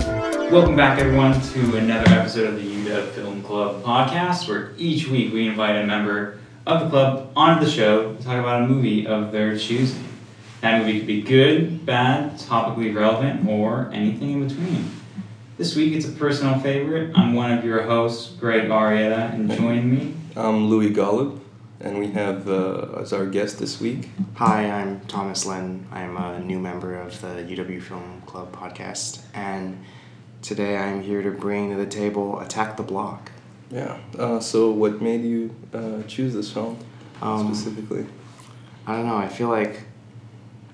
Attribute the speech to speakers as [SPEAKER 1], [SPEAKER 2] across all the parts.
[SPEAKER 1] Welcome back, everyone, to another episode of the UW Film Club podcast, where each week we invite a member of the club onto the show to talk about a movie of their choosing. That movie could be good, bad, topically relevant, or anything in between. This week it's a personal favorite. I'm one of your hosts, Greg Arietta, and joining me
[SPEAKER 2] I'm Louis Golub, and we have uh, as our guest this week.
[SPEAKER 3] Hi, I'm Thomas Len. I'm a new member of the UW Film Club podcast, and today I'm here to bring to the table Attack the Block.
[SPEAKER 2] Yeah. Uh, so, what made you uh, choose this film
[SPEAKER 3] Um,
[SPEAKER 2] specifically?
[SPEAKER 3] I don't know, I feel like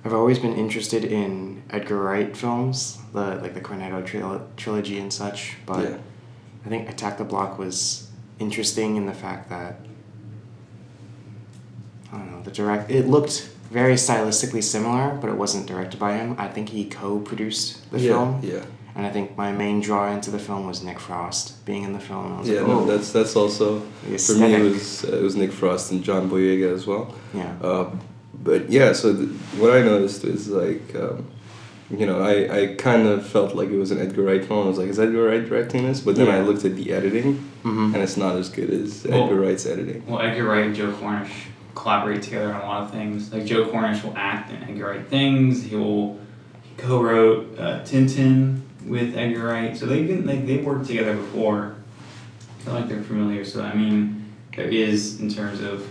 [SPEAKER 3] I've always been interested in Edgar Wright films, the like the Cornetto tril- trilogy and such, but
[SPEAKER 2] Yeah.
[SPEAKER 3] I think Attack the Block was interesting in the fact that I don't know the direct. It looked very stylistically similar, but it wasn't directed by him. I think he co-produced the
[SPEAKER 2] yeah,
[SPEAKER 3] film,
[SPEAKER 2] Yeah.
[SPEAKER 3] and I think my main draw into the film was Nick Frost being in the film. I was
[SPEAKER 2] Yeah.
[SPEAKER 3] like, oh.
[SPEAKER 2] No,
[SPEAKER 3] "Ooh,
[SPEAKER 2] that's that's also
[SPEAKER 3] the
[SPEAKER 2] for me. It
[SPEAKER 3] aesthetic."
[SPEAKER 2] was uh, it was Nick Frost and John Boyega as well.
[SPEAKER 3] yeah,
[SPEAKER 2] Uh, but yeah, so th- what I noticed is like, um, you know, I, I kind of felt like it was an Edgar Wright film. I was like, is Edgar Wright directing this? But then I
[SPEAKER 3] Yeah.
[SPEAKER 2] looked at the editing,
[SPEAKER 3] Mhm.
[SPEAKER 2] and it's not as good as
[SPEAKER 1] Well-
[SPEAKER 2] Edgar Wright's editing.
[SPEAKER 1] Well, Edgar Wright and Joe Cornish collaborate together on a lot of things. Like Joe Cornish will act in Edgar Wright things. He will he co-wrote uh, Tintin with Edgar Wright, so they've been like they've worked together before. I feel like they're familiar. So I mean, there is in terms of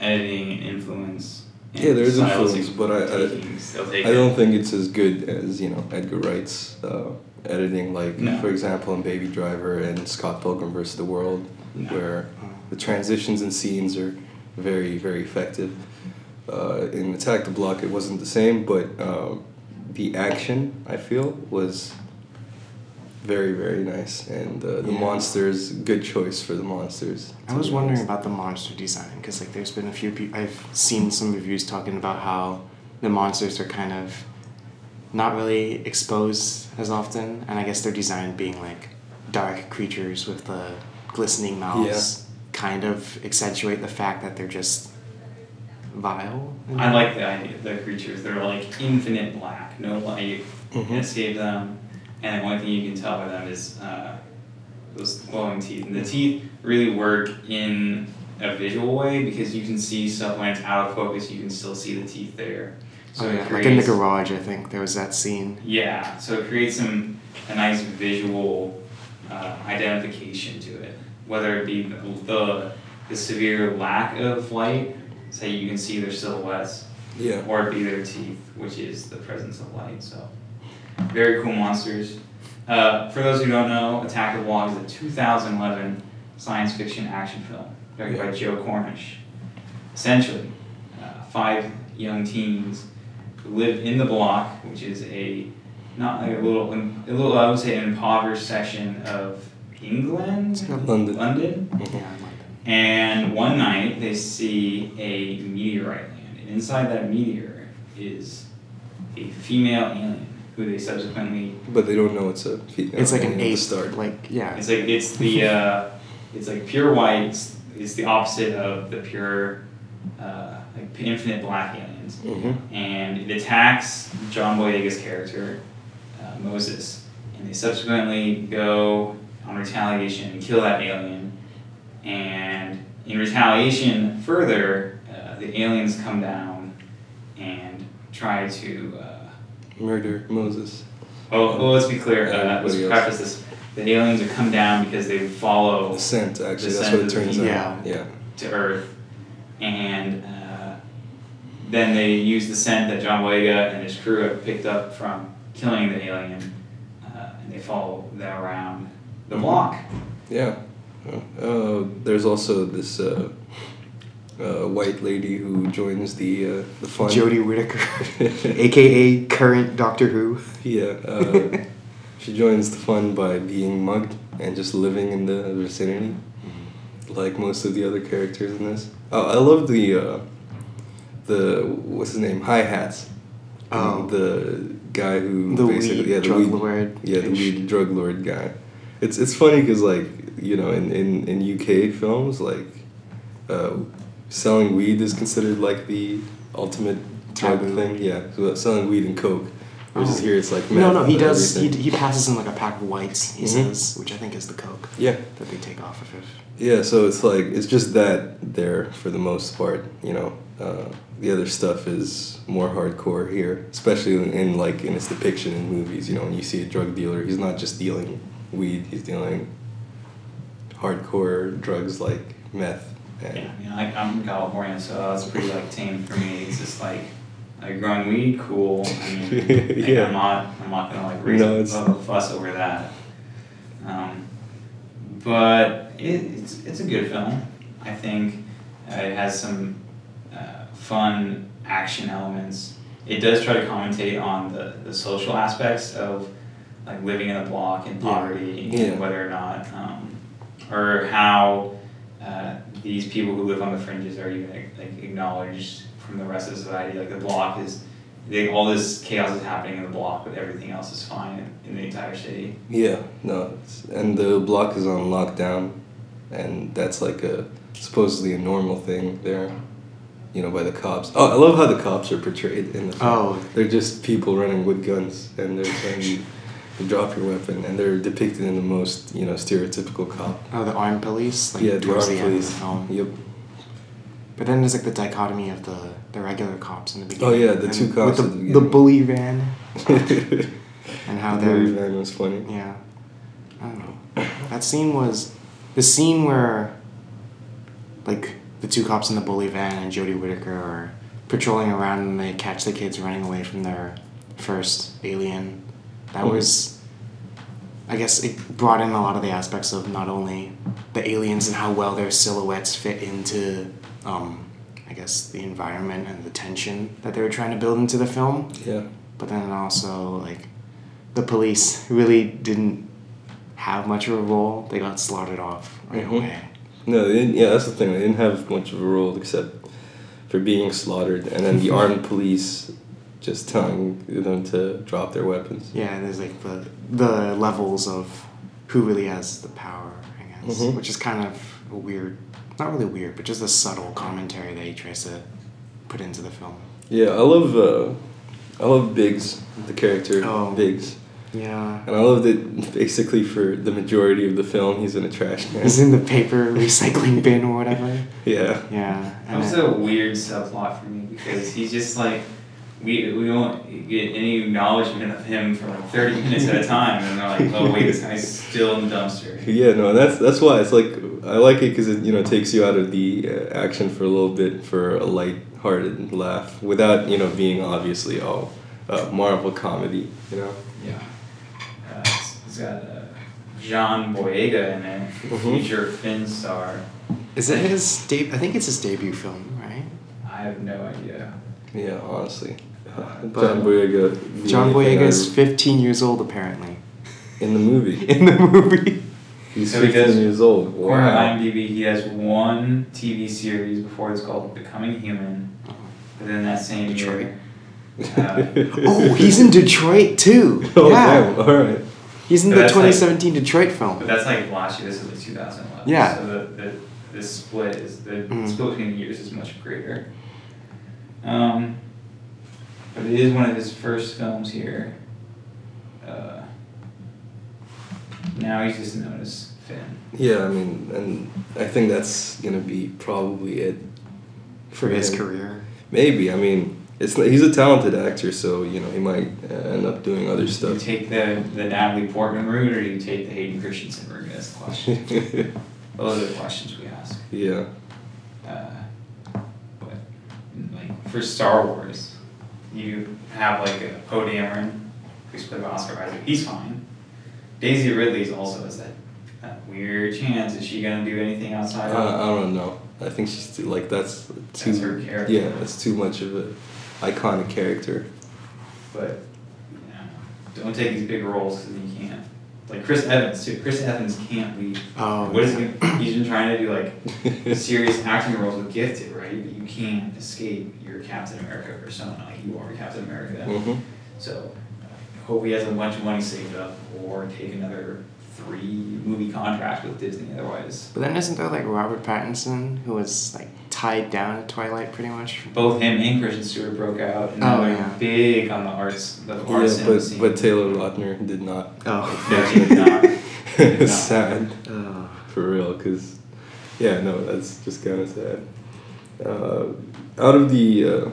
[SPEAKER 1] editing and influence. And
[SPEAKER 2] Yeah, there is influence,
[SPEAKER 1] stylistic
[SPEAKER 2] but I- I-
[SPEAKER 1] takings, they'll take
[SPEAKER 2] I
[SPEAKER 1] it.
[SPEAKER 2] don't think it's as good as you know Edgar Wright's uh, editing, like
[SPEAKER 1] No.
[SPEAKER 2] for example in Baby Driver and Scott Pilgrim vs. the World,
[SPEAKER 1] No.
[SPEAKER 2] where
[SPEAKER 3] Uh,
[SPEAKER 2] the transitions and scenes are very very effective. Uh, in Attack the Block, it wasn't the same, but um, the action I feel was very very nice, and uh, the
[SPEAKER 3] Yeah.
[SPEAKER 2] monsters good choice for the monsters.
[SPEAKER 3] I
[SPEAKER 2] to
[SPEAKER 3] was
[SPEAKER 2] be
[SPEAKER 3] wondering
[SPEAKER 2] honest.
[SPEAKER 3] about the monster design because like there's been a few people I've seen some reviews talking about how the monsters are kind of not really exposed as often, and I guess they're designed being like dark creatures with the glistening mouths, kind of accentuate the fact that they're just vile. in
[SPEAKER 1] I
[SPEAKER 3] a-
[SPEAKER 1] like the idea of the creatures. They're like infinite black, no light
[SPEAKER 3] Mm-hmm.
[SPEAKER 2] Mhm.
[SPEAKER 1] can escape them. And the only thing you can tell by them is uh, those glowing teeth.
[SPEAKER 3] Mm-hmm.
[SPEAKER 1] And the teeth really work in a visual way because you can see stuff when it's out of focus, you can still see the teeth there. So
[SPEAKER 3] Oh,
[SPEAKER 1] it
[SPEAKER 3] yeah, like in the
[SPEAKER 1] creates-
[SPEAKER 3] garage, I think there was that scene.
[SPEAKER 1] Yeah, so it creates some a nice visual uh, identification to it. Whether it be the, the the severe lack of light, say you can see their silhouettes,
[SPEAKER 2] yeah.
[SPEAKER 1] or be their teeth, which is the presence of light. So, very cool monsters. Uh, for those who don't know, Attack of the Block is a 2011 science fiction action film directed by Joe Cornish. Essentially, uh, five young teens who live in the block, which is a not like a little, a little I would say an impoverished section of England,
[SPEAKER 2] London.
[SPEAKER 1] London.
[SPEAKER 2] Mhm.
[SPEAKER 3] Yeah, I like that.
[SPEAKER 1] And one night they see a meteorite land, and inside that meteor is a female alien who they subsequently
[SPEAKER 2] But they don't know it's a female.
[SPEAKER 3] It's like an
[SPEAKER 2] at
[SPEAKER 3] ape,
[SPEAKER 2] The start.
[SPEAKER 3] like yeah,
[SPEAKER 1] it's like it's the uh, it's like pure white. It's, it's the opposite of the pure uh, like infinite black aliens,
[SPEAKER 2] hmm
[SPEAKER 1] and it attacks John Boyega's character uh, Moses, and they subsequently go on retaliation and kill that alien. And in retaliation, further, uh, the aliens come down and try to. Uh,
[SPEAKER 2] Murder Moses.
[SPEAKER 1] Oh, well, well, let's be clear. Uh, let's
[SPEAKER 2] Everybody else.
[SPEAKER 1] preface this: the aliens have come down because they follow
[SPEAKER 2] Descent, actually,
[SPEAKER 1] Descent
[SPEAKER 2] that's what it
[SPEAKER 1] of the
[SPEAKER 2] turns
[SPEAKER 3] Yeah.
[SPEAKER 2] out. Yeah.
[SPEAKER 1] to Earth, and uh, then they use the scent that John Boyega and his crew have picked up from killing the alien, uh, and they follow that around
[SPEAKER 2] Mm-hmm.
[SPEAKER 1] the block.
[SPEAKER 2] Yeah. Uh, there's also this uh, uh, white lady who joins the uh, the fun.
[SPEAKER 3] Jodie Whittaker, aka current Doctor Who.
[SPEAKER 2] Yeah. Uh, she joins the fun by being mugged and just living in the vicinity, Mm-hmm. like most of the other characters in this. Oh, I love the uh, the what's his name? Hi hats.
[SPEAKER 3] Oh.
[SPEAKER 2] the guy who
[SPEAKER 3] The
[SPEAKER 2] basically
[SPEAKER 3] weed
[SPEAKER 2] yeah the
[SPEAKER 3] drug
[SPEAKER 2] weed,
[SPEAKER 3] lord.
[SPEAKER 2] Yeah, the weed drug lord guy. It's it's funny because like you know in, in, in UK films like uh, selling weed is considered like the ultimate drug
[SPEAKER 3] Taboo.
[SPEAKER 2] thing. Yeah, so selling weed and coke I just
[SPEAKER 3] Oh.
[SPEAKER 2] hear it's like
[SPEAKER 3] No,
[SPEAKER 2] meth
[SPEAKER 3] no, he
[SPEAKER 2] and
[SPEAKER 3] does. He,
[SPEAKER 2] everything.
[SPEAKER 3] he passes in like a pack of whites. He
[SPEAKER 2] Mhm.
[SPEAKER 3] says, which I think is the coke
[SPEAKER 2] Yeah,
[SPEAKER 3] that they take off of it.
[SPEAKER 2] yeah. So it's like it's just that there for the most part. You know, uh, the other stuff is more hardcore here, especially in, in like in its depiction in movies. You know, when you see a drug dealer, he's not just dealing weed; he's dealing hardcore drugs like meth. And
[SPEAKER 1] Yeah, I mean, I, I'm from California, so it's pretty like tame for me. It's just like, like growing weed, cool. I mean, like,
[SPEAKER 2] Yeah.
[SPEAKER 1] I'm not, I'm not gonna like raise
[SPEAKER 2] No,
[SPEAKER 1] a
[SPEAKER 2] it's-
[SPEAKER 1] a fuss over that. Um, but it, it's it's a good film. I think uh, it has some uh, fun action elements. It does try to commentate on the, the social aspects of like living in a block and
[SPEAKER 2] Yeah.
[SPEAKER 1] poverty
[SPEAKER 2] Yeah.
[SPEAKER 1] and whether or not um, or how uh, these people who live on the fringes are even like acknowledged from the rest of society. Like the block is, they, all this chaos is happening in the block, but everything else is fine in, in the entire city.
[SPEAKER 2] Yeah, no, it's, and the block is on lockdown, and that's like a supposedly a normal thing there, you know, by the cops. Oh, I love how the cops are portrayed in the film.
[SPEAKER 3] Oh.
[SPEAKER 2] They're just people running with guns, and they're saying you to drop your weapon, and they're depicted in the most you know stereotypical cop.
[SPEAKER 3] Oh, the armed police. Like,
[SPEAKER 2] yeah, the
[SPEAKER 3] towards
[SPEAKER 2] armed
[SPEAKER 3] the End of the
[SPEAKER 2] police.
[SPEAKER 3] film.
[SPEAKER 2] Yep.
[SPEAKER 3] But then there's like the dichotomy of the the regular cops in the
[SPEAKER 2] Oh,
[SPEAKER 3] beginning.
[SPEAKER 2] yeah, the
[SPEAKER 3] and
[SPEAKER 2] two cops at
[SPEAKER 3] with
[SPEAKER 2] the
[SPEAKER 3] the, the,
[SPEAKER 2] beginning.
[SPEAKER 3] bully van and how
[SPEAKER 2] the movie
[SPEAKER 3] they're
[SPEAKER 2] van was funny.
[SPEAKER 3] yeah. I don't know. That scene was the scene where like the two cops in the bully van and Jodie Whittaker are patrolling around and they catch the kids running away from their first alien. That
[SPEAKER 2] Mhm.
[SPEAKER 3] was I guess it brought in a lot of the aspects of not only the aliens and how well their silhouettes fit into um, I guess the environment and the tension that they were trying to build into the film
[SPEAKER 2] Yeah.
[SPEAKER 3] but then also like the police really didn't have much of a role. They got slaughtered off right
[SPEAKER 2] Mhm.
[SPEAKER 3] away.
[SPEAKER 2] No, they didn't, yeah, that's the thing. They didn't have much of a role except for being slaughtered, and then the armed police just telling them to drop their weapons.
[SPEAKER 3] Yeah, and there's like the the levels of who really has the power, I guess,
[SPEAKER 2] Mhm.
[SPEAKER 3] which is kind of a weird, not really weird, but just a subtle commentary that he tries to put into the film.
[SPEAKER 2] Yeah, I love, uh, I love Biggs, the character
[SPEAKER 3] Oh.
[SPEAKER 2] Biggs,
[SPEAKER 3] Yeah.
[SPEAKER 2] and I love that basically for the majority of the film he's in a trash can.
[SPEAKER 3] It's in the paper recycling bin or whatever.
[SPEAKER 2] yeah.
[SPEAKER 1] That
[SPEAKER 3] Yeah. and
[SPEAKER 1] was
[SPEAKER 3] it-
[SPEAKER 1] a weird subplot for me because he's just like we we won't get any acknowledgement of him for like thirty minutes at a time, and they're like, oh wait, this guy's still in the dumpster.
[SPEAKER 2] Yeah, no, that's that's why it's like I like it because it you know takes you out of the uh, action for a little bit for a light-hearted laugh without you know being obviously all uh, Marvel comedy, you know.
[SPEAKER 1] Yeah, uh, it's, it's got uh, John Boyega in it,
[SPEAKER 2] Mhm.
[SPEAKER 1] future Finn star.
[SPEAKER 3] Is it his debut? I think it's his debut film, right?
[SPEAKER 1] I have no idea.
[SPEAKER 2] Yeah, honestly.
[SPEAKER 3] But-
[SPEAKER 2] John Boyega. the
[SPEAKER 3] John
[SPEAKER 2] only thing
[SPEAKER 3] Boyega's
[SPEAKER 2] I- uh,
[SPEAKER 3] 15 years old, apparently,
[SPEAKER 2] in the movie.
[SPEAKER 3] in the movie.
[SPEAKER 2] He's
[SPEAKER 1] So he
[SPEAKER 2] fifteen
[SPEAKER 1] does-
[SPEAKER 2] years old.
[SPEAKER 1] Or
[SPEAKER 2] Wow.
[SPEAKER 1] IMDb, he has one TV series before it's called Becoming Human, but then that same year. Uh,
[SPEAKER 3] Oh, he's in Detroit too.
[SPEAKER 2] Oh
[SPEAKER 3] yeah.
[SPEAKER 2] damn! All right.
[SPEAKER 3] He's in
[SPEAKER 1] But
[SPEAKER 3] the
[SPEAKER 1] that's like-
[SPEAKER 3] 2017 Detroit
[SPEAKER 1] But
[SPEAKER 3] film.
[SPEAKER 1] that's like last year. This is like 2011.
[SPEAKER 3] Yeah.
[SPEAKER 1] So the, the the split is the
[SPEAKER 3] Mm.
[SPEAKER 1] split between the years is much greater. Um, but it is one of his first films here. Uh, now he's just known as Finn.
[SPEAKER 2] Yeah, I mean, and I think that's gonna be probably it.
[SPEAKER 3] For his
[SPEAKER 2] him.
[SPEAKER 3] career.
[SPEAKER 2] Maybe I mean, it's he's a talented actor, so you know he might uh, end up doing other
[SPEAKER 1] Do you
[SPEAKER 2] stuff.
[SPEAKER 1] take the the Natalie Portman route, or do you take the Hayden Christensen route? That's the question. Those are the questions we ask.
[SPEAKER 2] yeah.
[SPEAKER 1] uh, but like for Star Wars, you have like a Poe Dameron, who's played by Oscar Isaac. He's fine. Daisy Ridley's also is that, that weird chance. Is she gonna do anything outside
[SPEAKER 2] Uh,
[SPEAKER 1] of?
[SPEAKER 2] I don't know. I think she's too, like that's too.
[SPEAKER 1] That's her character.
[SPEAKER 2] Yeah, that's too much of a iconic character.
[SPEAKER 1] But you know, don't take these big roles because you can't. Like Chris Evans too. Chris Evans can't lead.
[SPEAKER 2] Um.
[SPEAKER 3] Oh,
[SPEAKER 1] What is
[SPEAKER 3] yeah.
[SPEAKER 1] he? He's been trying to do like serious acting roles with Gifted, right? But you can't escape your Captain America persona. Like you are Captain America.
[SPEAKER 2] Mhm.
[SPEAKER 1] So uh, hope he has a bunch of money saved up or take another three movie contract with Disney otherwise.
[SPEAKER 3] But then isn't there like Robert Pattinson, who was like tied down to Twilight pretty much.
[SPEAKER 1] Both him and Christian Stewart broke out, and
[SPEAKER 3] Oh,
[SPEAKER 1] they're
[SPEAKER 3] yeah.
[SPEAKER 1] big on the arts, the arts
[SPEAKER 2] Yeah,
[SPEAKER 1] and the
[SPEAKER 2] but
[SPEAKER 1] scene.
[SPEAKER 2] but Taylor Lautner did not.
[SPEAKER 3] Oh.
[SPEAKER 1] No, he did not.
[SPEAKER 2] it's
[SPEAKER 1] not.
[SPEAKER 2] sad
[SPEAKER 3] Uh,
[SPEAKER 2] for real, cause yeah, no, that's just kind of sad. Uh, out of the, uh,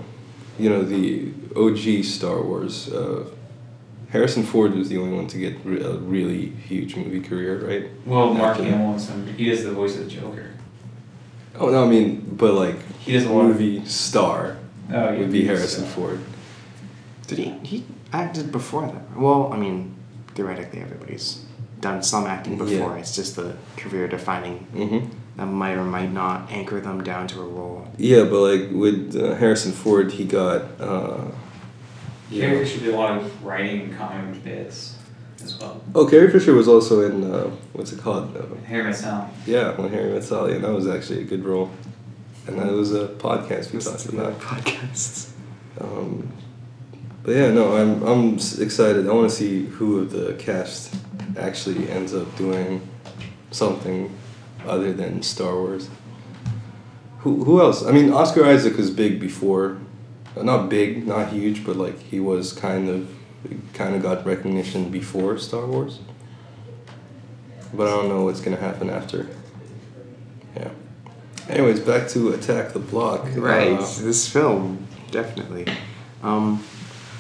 [SPEAKER 2] you know, the OG Star Wars, uh, Harrison Ford was the only one to get re- a really huge movie career, right?
[SPEAKER 1] well, Mark
[SPEAKER 2] After-
[SPEAKER 1] Hamill, and some, he does the voice of the Joker.
[SPEAKER 2] Oh no, I mean, but like
[SPEAKER 1] He does a lot. Of,
[SPEAKER 2] movie star
[SPEAKER 1] oh, yeah,
[SPEAKER 2] would be
[SPEAKER 1] he's,
[SPEAKER 2] Harrison
[SPEAKER 1] uh,
[SPEAKER 2] Ford.
[SPEAKER 3] did he? He acted before that. Well, I mean, theoretically, everybody's done some acting
[SPEAKER 2] Yeah.
[SPEAKER 3] before. It's just the career defining
[SPEAKER 2] Mm-hmm.
[SPEAKER 3] that might or might not anchor them down to a role.
[SPEAKER 2] Yeah, but like with uh, Harrison Ford, he got. Uh,
[SPEAKER 1] Carrie should do a lot of writing and comic bits as well.
[SPEAKER 2] Oh, Carrie Fisher was also in uh, what's it called? Uh,
[SPEAKER 1] Harry Met Sally.
[SPEAKER 2] yeah, when Harry Met Sally, and that was actually a good role. And that was a podcast we
[SPEAKER 3] Listen
[SPEAKER 2] talked
[SPEAKER 3] to the
[SPEAKER 2] about.
[SPEAKER 3] other podcasts.
[SPEAKER 2] Um, but yeah, no, I'm I'm s- excited. I want to see who of the cast actually ends up doing something other than Star Wars. Who who else? I mean, Oscar Isaac was big before, uh, not big, not huge, but like he was kind of kind of got recognition before Star Wars. But I don't know what's gonna happen after. Yeah. Anyways, back to Attack the Block.
[SPEAKER 3] Right,
[SPEAKER 2] Uh,
[SPEAKER 3] this film definitely. Um,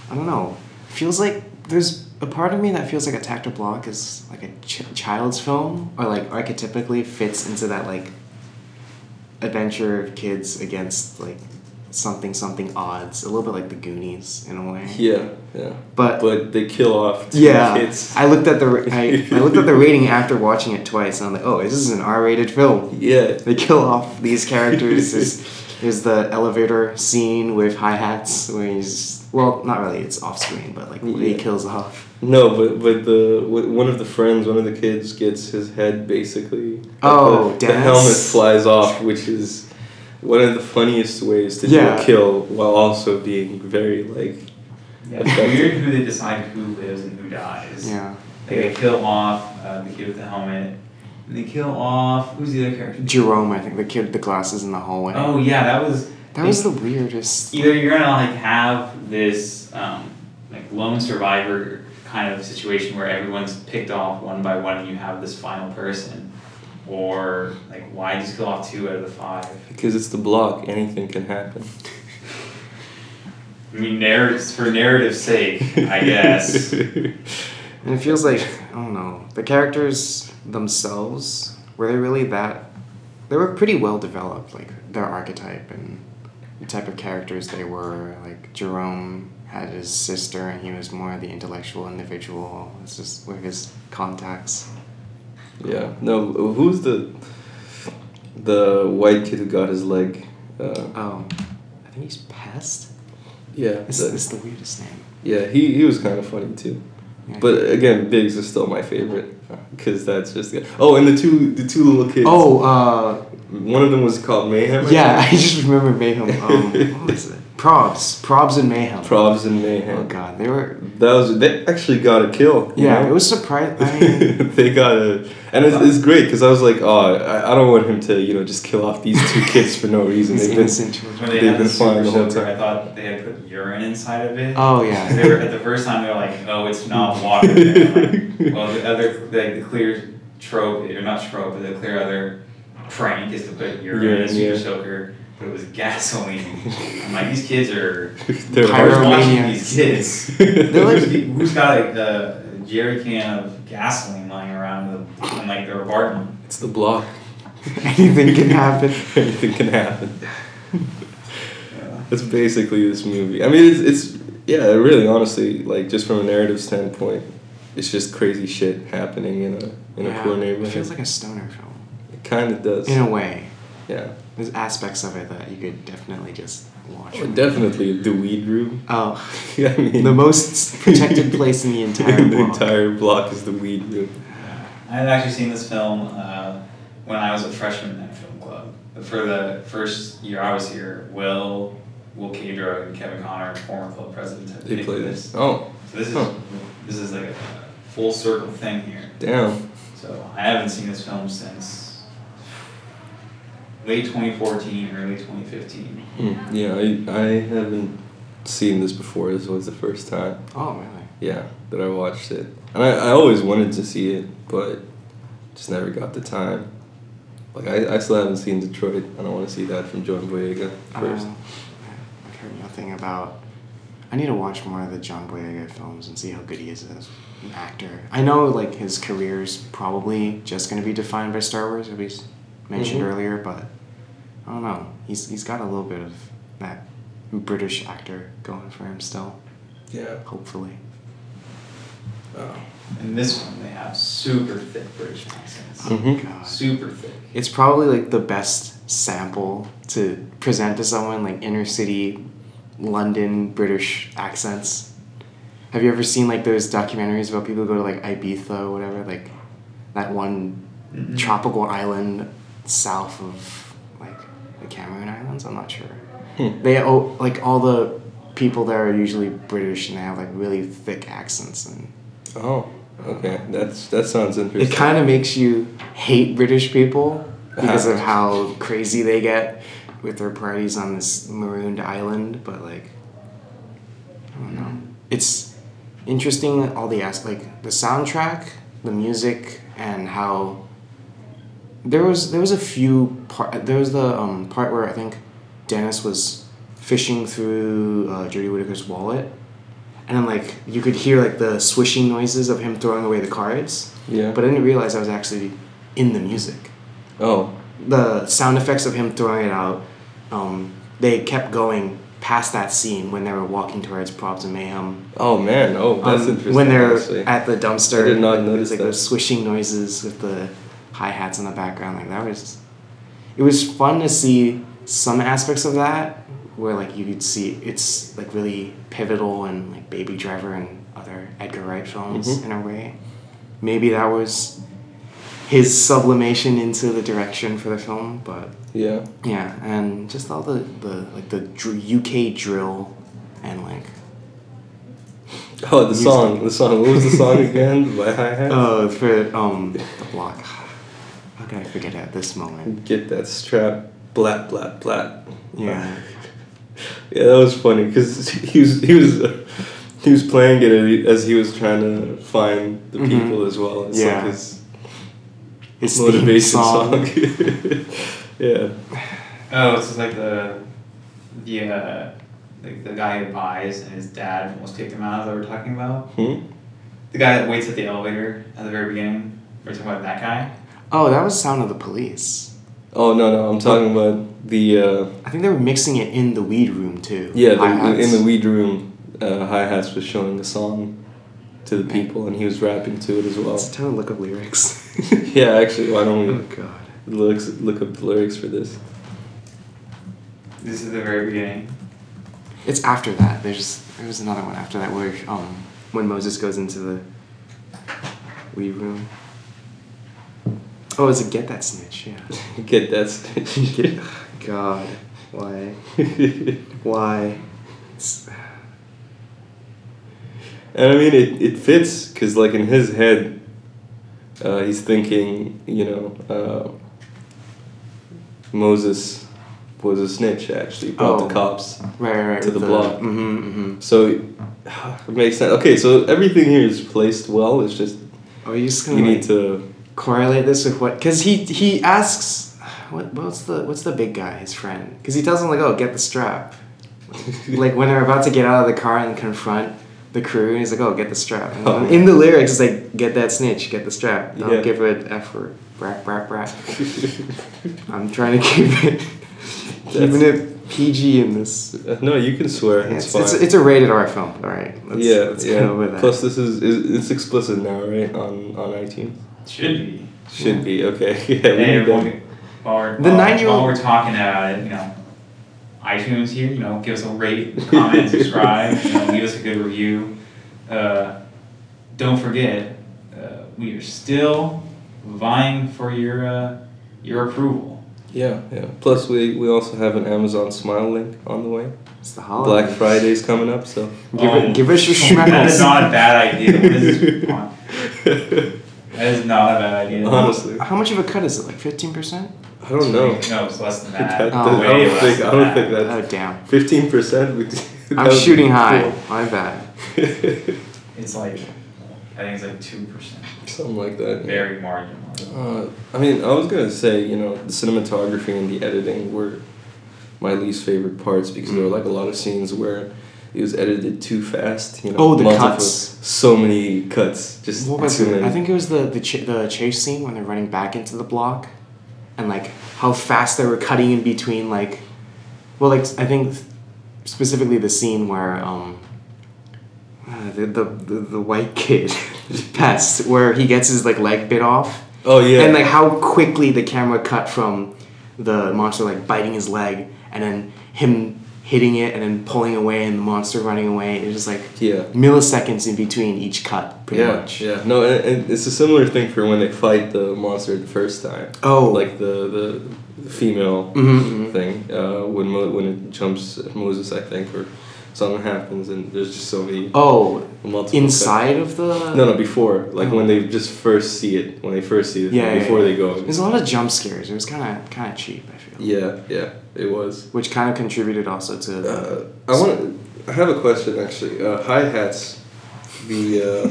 [SPEAKER 3] I don't know. Feels like there's a part of me that feels like Attack the Block is like a ch- child's film, or like archetypically fits into that like adventure of kids against like something something odds, a little bit like the Goonies in a way.
[SPEAKER 2] Yeah, yeah.
[SPEAKER 3] But,
[SPEAKER 2] But they kill off two
[SPEAKER 3] yeah,
[SPEAKER 2] kids.
[SPEAKER 3] I looked at the ra- I, I looked at the rating after watching it twice, and I'm like, oh, this is an R-rated film.
[SPEAKER 2] yeah.
[SPEAKER 3] They kill off these characters. There's, there's the elevator scene with hi hats where he's well, not really. It's off screen, but like where he
[SPEAKER 2] Yeah.
[SPEAKER 3] kills off.
[SPEAKER 2] No, but but the wh- one of the friends, one of the kids, gets his head basically. uh,
[SPEAKER 3] Oh,
[SPEAKER 2] the, the
[SPEAKER 3] dance.
[SPEAKER 2] helmet flies off, which is one of the funniest ways to do
[SPEAKER 3] Yeah.
[SPEAKER 2] a kill while also being very like.
[SPEAKER 1] Yeah, it's weird who they decide who lives and who dies.
[SPEAKER 3] Yeah,
[SPEAKER 1] Like they kill off uh, the kid with the helmet. And they kill off who's the other character?
[SPEAKER 3] Jerome, I think the kid with the glasses in the hallway.
[SPEAKER 1] Oh yeah, that was
[SPEAKER 3] that was the weirdest.
[SPEAKER 1] either you're gonna like have this um, like lone survivor kind of situation where everyone's picked off one by one and you have this final person, or like why just kill off two out of the five?
[SPEAKER 2] Because it's the block, anything can happen.
[SPEAKER 1] I mean, narr- for narrative's sake, I guess.
[SPEAKER 3] And it feels like I don't know the characters themselves were they really that? They were pretty well developed, like their archetype and the type of characters they were. Like Jerome had his sister, and he was more the intellectual individual. It's just with his contacts.
[SPEAKER 2] yeah. No, who's the the white kid who got his leg? Uh,
[SPEAKER 3] Oh, I think he's Pest.
[SPEAKER 2] yeah.
[SPEAKER 3] It's,
[SPEAKER 2] that-
[SPEAKER 3] it's the weirdest name.
[SPEAKER 2] yeah, he, he was kind of funny too.
[SPEAKER 3] Yeah.
[SPEAKER 2] But again, Biggs is still my favorite because that's just the oh, and the two the two little kids.
[SPEAKER 3] oh, uh,
[SPEAKER 2] one of them was called Mayhem. I
[SPEAKER 3] yeah, I
[SPEAKER 2] think?
[SPEAKER 3] just remember Mayhem. Um, what was it? Probs, Probs and Mayhem.
[SPEAKER 2] Probs and Mayhem.
[SPEAKER 3] Oh God, they were.
[SPEAKER 2] That was they actually got a kill. you
[SPEAKER 3] Yeah,
[SPEAKER 2] know?
[SPEAKER 3] it was surprising. I mean,
[SPEAKER 2] they got a and it's, it's great because I was like, oh, I, I don't want him to you know just kill off these two kids for no reason.
[SPEAKER 3] These
[SPEAKER 2] They've been
[SPEAKER 3] innocent
[SPEAKER 1] When
[SPEAKER 3] children.
[SPEAKER 1] they
[SPEAKER 2] They've
[SPEAKER 1] had
[SPEAKER 2] been
[SPEAKER 1] the super
[SPEAKER 2] fine the whole
[SPEAKER 1] soaker,
[SPEAKER 2] time.
[SPEAKER 1] I thought they had put urine inside of it.
[SPEAKER 3] Oh
[SPEAKER 1] Because they were,
[SPEAKER 3] yeah.
[SPEAKER 1] at the first time they were like, oh, it's not water. And I'm like, well, the other, the, the clear trope, or not trope, but the clear other prank is to put urine in
[SPEAKER 2] Urine,
[SPEAKER 1] a super
[SPEAKER 2] yeah.
[SPEAKER 1] soaker, but it was gasoline. I'm like, these kids are.
[SPEAKER 2] they're
[SPEAKER 1] I was
[SPEAKER 3] Pyromaniacs.
[SPEAKER 2] hard-
[SPEAKER 1] watching these kids.
[SPEAKER 2] They're
[SPEAKER 3] like-
[SPEAKER 1] who's got a, a jerry can of gasoline lying around in the, in like their apartment?
[SPEAKER 2] It's the block.
[SPEAKER 3] Anything can happen.
[SPEAKER 2] Anything can happen.
[SPEAKER 1] Yeah.
[SPEAKER 2] That's basically this movie. I mean, it's, it's yeah, really, honestly, like just from a narrative standpoint, it's just crazy shit happening in a in a
[SPEAKER 3] Yeah,
[SPEAKER 2] poor
[SPEAKER 3] It
[SPEAKER 2] neighborhood.
[SPEAKER 3] feels like a stoner film.
[SPEAKER 2] it kind of does.
[SPEAKER 3] In a way,
[SPEAKER 2] yeah,
[SPEAKER 3] there's aspects of it that you could definitely just watch.
[SPEAKER 2] Well, definitely the weed room.
[SPEAKER 3] Oh,
[SPEAKER 2] I mean,
[SPEAKER 3] the most protected place in the entire
[SPEAKER 2] the
[SPEAKER 3] block.
[SPEAKER 2] entire block is the weed room.
[SPEAKER 1] I had actually seen this film uh, when I was a freshman at film club. For the first year I was here, Will, Will Cadro, and Kevin Connor, former club president, had
[SPEAKER 2] They
[SPEAKER 1] picked
[SPEAKER 2] play this. Oh,
[SPEAKER 1] So this is
[SPEAKER 2] Huh.
[SPEAKER 1] this is like a full circle thing here.
[SPEAKER 2] damn.
[SPEAKER 1] So I haven't seen this film since late 2014, early 2015.
[SPEAKER 2] Hmm, Yeah, I, I haven't seen this before. This was the first time.
[SPEAKER 3] Oh, really?
[SPEAKER 2] Yeah, that I watched it. And I, I always wanted to see it, but just never got the time. Like, I, I still haven't seen Detroit, and I want to see that from John Boyega first.
[SPEAKER 3] Uh, I've heard nothing about. I need to watch more of the John Boyega films and see how good he is as an actor. I know like his career's probably just gonna be defined by Star Wars, as we s- mentioned
[SPEAKER 2] Mhm.
[SPEAKER 3] earlier, but I don't know. He's he's got a little bit of that British actor going for him still,
[SPEAKER 2] yeah.
[SPEAKER 3] hopefully.
[SPEAKER 2] Oh.
[SPEAKER 1] And this one, they have super thick British accents.
[SPEAKER 3] Oh,
[SPEAKER 2] Mhm.
[SPEAKER 3] God.
[SPEAKER 1] Super thick.
[SPEAKER 3] It's probably like the best sample to present to someone like inner city London British accents. Have you ever seen like those documentaries about people who go to like Ibiza or whatever, like that one
[SPEAKER 1] Mhm.
[SPEAKER 3] tropical island south of like the Cameroon Islands? I'm not sure.
[SPEAKER 2] Hmm.
[SPEAKER 3] They oh, like all the people there are usually British and they have like really thick accents and
[SPEAKER 2] Oh, okay. That's That sounds interesting.
[SPEAKER 3] it kind of makes you hate British people because of how crazy they get with their parties on this marooned island. But like, I don't know. It's interesting that all the as like the soundtrack, the music, and how there was there was a few part. There was the um, part where I think Dennis was fishing through uh, Jodie Whittaker's wallet. And then, like, you could hear, like, the swishing noises of him throwing away the cards
[SPEAKER 2] Yeah.
[SPEAKER 3] but I didn't realize I was actually in the music.
[SPEAKER 2] oh,
[SPEAKER 3] The sound effects of him throwing it out, um, they kept going past that scene when they were walking towards Probs and Mayhem.
[SPEAKER 2] oh man. Oh, that's
[SPEAKER 3] Um,
[SPEAKER 2] interesting.
[SPEAKER 3] When they're
[SPEAKER 2] actually.
[SPEAKER 3] at the dumpster,
[SPEAKER 2] I did not
[SPEAKER 3] like,
[SPEAKER 2] notice
[SPEAKER 3] there's, like
[SPEAKER 2] that.
[SPEAKER 3] those swishing noises with the hi hats in the background. Like that was, it was fun to see some aspects of that where like you could see it's like really pivotal in like Baby Driver and other Edgar Wright films
[SPEAKER 2] Mhm.
[SPEAKER 3] in a way. Maybe that was his sublimation into the direction for the film, but
[SPEAKER 2] Yeah.
[SPEAKER 3] yeah, and just all the, the like the dr- UK drill and like
[SPEAKER 2] Oh, the
[SPEAKER 3] Music.
[SPEAKER 2] song. The song. What was the song again? By Hi Hat?
[SPEAKER 3] Oh, for um the block. How could I forget at this moment?
[SPEAKER 2] Get that strap. Blat, blat, blat.
[SPEAKER 3] Yeah.
[SPEAKER 2] Yeah, that was funny because he was he was uh, he was playing it as he was trying to find the
[SPEAKER 3] Mhm.
[SPEAKER 2] people as well. It's
[SPEAKER 3] Yeah.
[SPEAKER 2] like his
[SPEAKER 3] His theme
[SPEAKER 2] motivation song. yeah.
[SPEAKER 1] Oh, it's just like the the uh, like the guy who buys and his dad almost kicked him out that we're talking about.
[SPEAKER 2] Hmm?
[SPEAKER 1] The guy that waits at the elevator at the very beginning. We're talking about that guy.
[SPEAKER 3] Oh, that was Sound of the Police.
[SPEAKER 2] Oh no no! I'm talking about the uh,
[SPEAKER 3] I think they were mixing it in the weed room too.
[SPEAKER 2] yeah the,
[SPEAKER 3] Hi-hats.
[SPEAKER 2] in the weed room. Uh, Hi Hats was showing a song to the
[SPEAKER 3] Right.
[SPEAKER 2] people and he was rapping to it as well.
[SPEAKER 3] Let's try to look up lyrics.
[SPEAKER 2] yeah, actually, why
[SPEAKER 3] oh
[SPEAKER 2] don't
[SPEAKER 3] god.
[SPEAKER 2] we look look up the lyrics for this?
[SPEAKER 1] This is the very beginning.
[SPEAKER 3] It's after that. There's there was another one after that where um when Moses goes into the weed room. Oh, it's a get that snitch, yeah.
[SPEAKER 2] Get that snitch.
[SPEAKER 3] God. Why? Why? It's-
[SPEAKER 2] And I mean, it, it fits because, like, in his head, uh, he's thinking, you know, uh, Moses was a snitch, actually, brought
[SPEAKER 3] Oh.
[SPEAKER 2] the cops.
[SPEAKER 3] Right, right, right.
[SPEAKER 2] To the block.
[SPEAKER 3] Mm-hmm, mm-hmm.
[SPEAKER 2] So it makes sense. Okay, so everything here is placed well. It's just
[SPEAKER 3] Are you just
[SPEAKER 2] you
[SPEAKER 3] gonna like,
[SPEAKER 2] need to.
[SPEAKER 3] correlate this with what? Because he he asks, what what's the what's the big guy, his friend? Because he tells him like, oh, get the strap. like when they're about to get out of the car and confront the crew, and he's like, oh, get the strap. And
[SPEAKER 2] Oh.
[SPEAKER 3] In the lyrics, it's like, get that snitch, get the strap. Don't
[SPEAKER 2] Yeah.
[SPEAKER 3] give it f word. Brat, brat, brat. I'm trying to keep it keeping it PG in this.
[SPEAKER 2] no, you can swear.
[SPEAKER 3] Yeah,
[SPEAKER 2] it's,
[SPEAKER 3] it's,
[SPEAKER 2] fine.
[SPEAKER 3] it's, it's a rated R film. All right. Let's,
[SPEAKER 2] yeah,
[SPEAKER 3] let's
[SPEAKER 2] yeah.
[SPEAKER 3] get over that.
[SPEAKER 2] Plus, this is, is it's explicit now, right? On on iTunes,
[SPEAKER 1] Should be.
[SPEAKER 2] should
[SPEAKER 3] Yeah.
[SPEAKER 2] be okay. Yeah, we
[SPEAKER 1] Hey,
[SPEAKER 2] need
[SPEAKER 1] everyone,
[SPEAKER 2] that.
[SPEAKER 1] while we're,
[SPEAKER 3] The
[SPEAKER 1] while-
[SPEAKER 3] nine-year-old-
[SPEAKER 1] while we're talking about it, you know, iTunes here, you know, give us a rate, comment, subscribe, you know, leave us a good review. Uh, don't forget, uh, we are still vying for your uh, your approval.
[SPEAKER 2] Yeah, yeah. Plus, we we also have an Amazon Smile link on the way.
[SPEAKER 3] It's the
[SPEAKER 2] Black
[SPEAKER 3] holidays.
[SPEAKER 2] Friday's coming up, so.
[SPEAKER 1] Um,
[SPEAKER 3] Give it- give us your
[SPEAKER 1] That's
[SPEAKER 3] schmackles.
[SPEAKER 1] not a bad idea. What is this? Come on. That is not a bad idea.
[SPEAKER 2] Honestly, I
[SPEAKER 3] How much of a cut is it? Like fifteen percent?
[SPEAKER 2] don't know.
[SPEAKER 1] No, it's less than that.
[SPEAKER 2] That- that-
[SPEAKER 3] Oh,
[SPEAKER 2] I
[SPEAKER 1] Way
[SPEAKER 2] don't
[SPEAKER 1] less
[SPEAKER 2] think. I
[SPEAKER 1] than
[SPEAKER 2] don't
[SPEAKER 1] that.
[SPEAKER 2] think
[SPEAKER 3] Oh
[SPEAKER 2] that's
[SPEAKER 3] damn!
[SPEAKER 2] fifteen percent. Would that
[SPEAKER 3] I'm
[SPEAKER 2] would
[SPEAKER 3] shooting
[SPEAKER 2] be
[SPEAKER 3] high.
[SPEAKER 2] cool.
[SPEAKER 3] My bad.
[SPEAKER 1] It's like, I think it's like 2%.
[SPEAKER 2] Something like that.
[SPEAKER 1] Very marginal.
[SPEAKER 2] Uh, I mean, I was gonna say, you know, the cinematography and the editing were my least favorite parts because there were
[SPEAKER 3] Mm.
[SPEAKER 2] like a lot of scenes where it was edited too fast. You know,
[SPEAKER 3] Oh, the
[SPEAKER 2] multiple-
[SPEAKER 3] cuts.
[SPEAKER 2] So many cuts, just
[SPEAKER 3] What was
[SPEAKER 2] too
[SPEAKER 3] it?
[SPEAKER 2] many.
[SPEAKER 3] I think it was the the, ch- the chase scene when they're running back into the block, and like how fast they were cutting in between like, well, like I think specifically the scene where um. uh, The, the, the, the white kid pest where he gets his like leg bit off
[SPEAKER 2] Oh yeah.
[SPEAKER 3] And like how quickly the camera cut from the monster like biting his leg and then him hitting it and then pulling away and the monster running away. It was just like
[SPEAKER 2] yeah.
[SPEAKER 3] milliseconds in between each cut, pretty
[SPEAKER 2] yeah,
[SPEAKER 3] much.
[SPEAKER 2] Yeah, no, and, and it's a similar thing for when they fight the monster the first time.
[SPEAKER 3] Oh.
[SPEAKER 2] like the the female
[SPEAKER 3] Mhm, mhm.
[SPEAKER 2] thing uh, when Mo- when it jumps at Moses, I think, or something happens, and there's just so many
[SPEAKER 3] Oh,
[SPEAKER 2] multiple
[SPEAKER 3] inside of the
[SPEAKER 2] cuts. No, no, before, like
[SPEAKER 3] Oh.
[SPEAKER 2] when they just first see it, when they first see it,
[SPEAKER 3] Yeah, yeah,
[SPEAKER 2] before
[SPEAKER 3] yeah.
[SPEAKER 2] they go. in.
[SPEAKER 3] There's a lot of jump scares. It was kind of kind of cheap. I feel.
[SPEAKER 2] Yeah, yeah, it was.
[SPEAKER 3] Which kind of contributed also to. the-
[SPEAKER 2] Uh, I want. I have a question actually. Uh, Hi hats. The uh,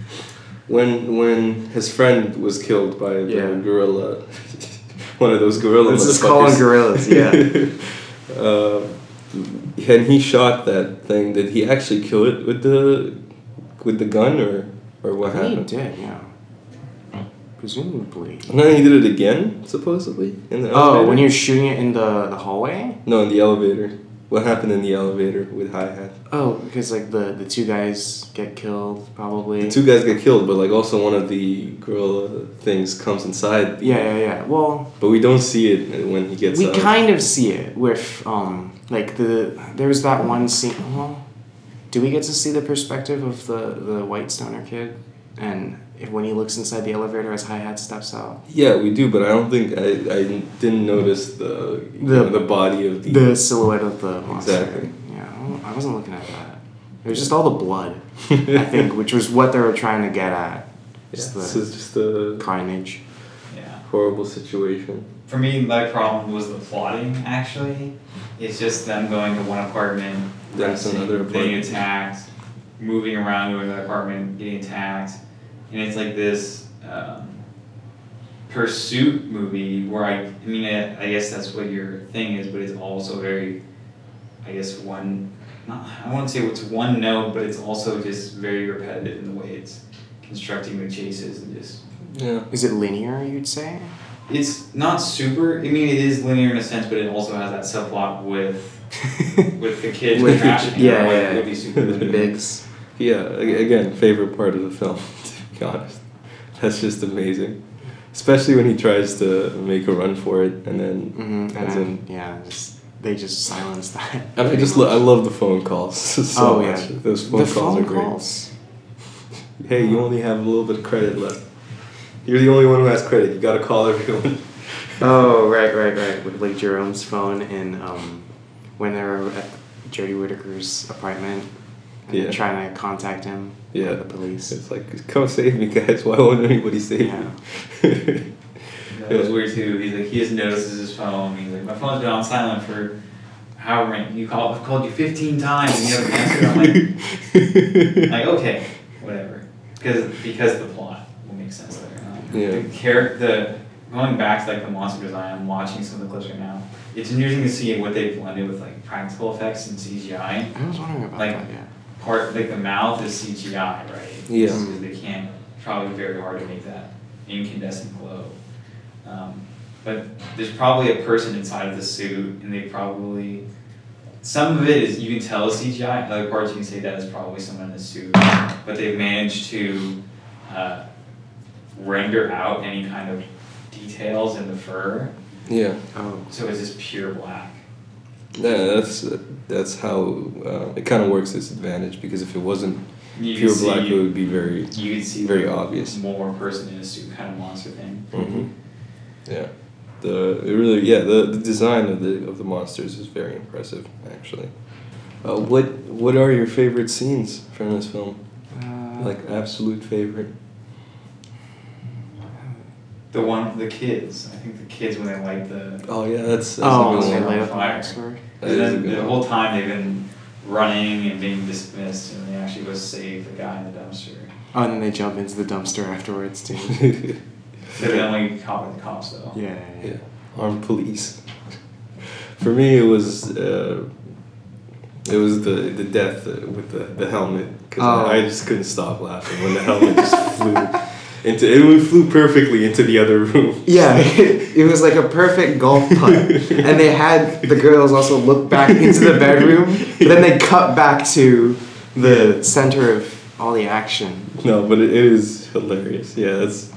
[SPEAKER 2] when when his friend was killed by the
[SPEAKER 3] Yeah.
[SPEAKER 2] gorilla, one of those gorilla.
[SPEAKER 3] Let's just call 'em
[SPEAKER 2] motherfuckers.
[SPEAKER 3] gorillas,
[SPEAKER 2] Yeah. uh, and he shot that thing. Did he actually kill it with the with the gun or or what
[SPEAKER 3] I
[SPEAKER 2] happened?
[SPEAKER 3] think He did, yeah. Presumably.
[SPEAKER 2] And then he did it again, supposedly in the elevator.
[SPEAKER 3] Oh, when you're shooting it in the, the hallway.
[SPEAKER 2] no in the elevator. What happened in the elevator with hi hat?
[SPEAKER 3] Oh, because like the the two guys get killed probably.
[SPEAKER 2] The two guys get killed, but like also one of the gorilla things comes inside.
[SPEAKER 3] yeah, yeah, yeah. Well,
[SPEAKER 2] But we don't see it when he gets
[SPEAKER 3] we
[SPEAKER 2] out.
[SPEAKER 3] kind of see it with um like the there was that one scene. Well, do we get to see the perspective of the the white stoner kid and if, when he looks inside the elevator as hi hat steps out?
[SPEAKER 2] yeah, we do, but I don't think I, I didn't notice the the,
[SPEAKER 3] The-
[SPEAKER 2] the body of the,
[SPEAKER 3] The silhouette of the monster.
[SPEAKER 2] Exactly.
[SPEAKER 3] Yeah, I don't- I wasn't looking at that. It was just all the blood, I think, which was what they were trying to get at.
[SPEAKER 2] Yeah,
[SPEAKER 3] Just
[SPEAKER 2] this
[SPEAKER 3] the
[SPEAKER 2] is just a
[SPEAKER 3] carnage.
[SPEAKER 1] Yeah.
[SPEAKER 2] horrible situation.
[SPEAKER 1] For me, my problem was the plotting, actually. It's just them going to one apartment,
[SPEAKER 2] Then it's
[SPEAKER 1] resting,
[SPEAKER 2] another
[SPEAKER 1] getting
[SPEAKER 2] apartment.
[SPEAKER 1] attacked, moving around to another apartment, getting attacked. And it's like this um, pursuit movie where I, I mean, I, I guess that's what your thing is, but it's also very, I guess, one, not, I won't say it's one note, but it's also just very repetitive in the way it's constructing the chases and just
[SPEAKER 2] Yeah.
[SPEAKER 3] Is it linear? You'd say.
[SPEAKER 1] it's not super. I mean, it is linear in a sense, but it also has that subplot with with the kids
[SPEAKER 2] With the-
[SPEAKER 1] crashing.
[SPEAKER 3] yeah,
[SPEAKER 1] it
[SPEAKER 3] yeah,
[SPEAKER 1] would be super linear.
[SPEAKER 3] Bigs.
[SPEAKER 2] Yeah, a- again, favorite part of the film, to be honest. That's just amazing. Especially when he tries to make a run for it and then
[SPEAKER 3] hmm And
[SPEAKER 2] That's
[SPEAKER 3] then, yeah, just, they just silence that.
[SPEAKER 2] And I just lo- I love the phone calls so
[SPEAKER 3] oh, yeah.
[SPEAKER 2] much. Those phone
[SPEAKER 3] the
[SPEAKER 2] calls
[SPEAKER 3] phone
[SPEAKER 2] are great.
[SPEAKER 3] calls.
[SPEAKER 2] Hey, you only have a little bit of credit left. You're the only one who has credit. You gotta call everyone.
[SPEAKER 3] Oh, right, right, right. With like Jerome's phone and um, when they were at Jody Whittaker's apartment and
[SPEAKER 2] Yeah.
[SPEAKER 3] trying to contact him.
[SPEAKER 2] Yeah.
[SPEAKER 3] The police.
[SPEAKER 2] It's like, come save me, guys. Why won't anybody save me?
[SPEAKER 1] That was weird too. He's like, he just notices his phone. He's like, my phone's been on silent for however many. You call, I've called you fifteen times and you haven't answered. I'm like, like okay, whatever. Because because the plot will make sense there. Um,
[SPEAKER 2] Yeah.
[SPEAKER 1] The char- the going back to like the monster design. I'm watching some of the clips right now. It's amusing to see what they've blended with like practical effects and CGI.
[SPEAKER 2] Oh.
[SPEAKER 3] I was wondering about
[SPEAKER 1] Like-
[SPEAKER 3] that, yeah.
[SPEAKER 1] part like the mouth is CGI, right?
[SPEAKER 2] Yeah.
[SPEAKER 1] Because they can't probably very hard to make that incandescent glow. Um, but there's probably a person inside of the suit, and they probably some of it is you can tell is CGI. Other parts you can say that is probably someone in the suit, but they've managed to uh, render out any kind of details in the fur,
[SPEAKER 2] yeah,
[SPEAKER 3] Oh.
[SPEAKER 1] so it's just pure black.
[SPEAKER 2] yeah. That's that's how uh, it kind of works. Its advantage because if it wasn't
[SPEAKER 1] You can
[SPEAKER 2] pure black,
[SPEAKER 1] see,
[SPEAKER 2] it would be very.
[SPEAKER 1] you can see
[SPEAKER 2] very
[SPEAKER 1] the
[SPEAKER 2] obvious.
[SPEAKER 1] more person in a suit kind of monster thing.
[SPEAKER 2] hmm Yeah, the it really yeah the, the design of the of the monsters is very impressive actually. Uh, what what are your favorite scenes from this film?
[SPEAKER 3] Uh,
[SPEAKER 2] Like absolute favorite.
[SPEAKER 1] The one, the kids. I think the kids when they light the.
[SPEAKER 2] Oh yeah, that's, that's
[SPEAKER 3] oh,
[SPEAKER 2] a good
[SPEAKER 3] they
[SPEAKER 1] yeah.
[SPEAKER 2] one.
[SPEAKER 3] light up the
[SPEAKER 1] Fire.
[SPEAKER 3] iceberg.
[SPEAKER 2] That is a
[SPEAKER 1] Then
[SPEAKER 2] good
[SPEAKER 1] the
[SPEAKER 2] one.
[SPEAKER 1] whole time they've been running and being dismissed, and they actually go save the guy in the dumpster.
[SPEAKER 3] Oh, and then they jump into the dumpster afterwards too.
[SPEAKER 1] So they only caught with the cops though.
[SPEAKER 3] yeah, yeah.
[SPEAKER 2] yeah, armed police. For me, it was uh, it was the the death uh, with the the helmet because
[SPEAKER 3] Oh.
[SPEAKER 2] I, I just couldn't stop laughing when the helmet just flew into it flew perfectly into the other room.
[SPEAKER 3] Yeah, it was like a perfect golf putt. and they had the girls also look back into the bedroom. But then they cut back to the center of all the action.
[SPEAKER 2] No, but it, it is hilarious. Yeah, that's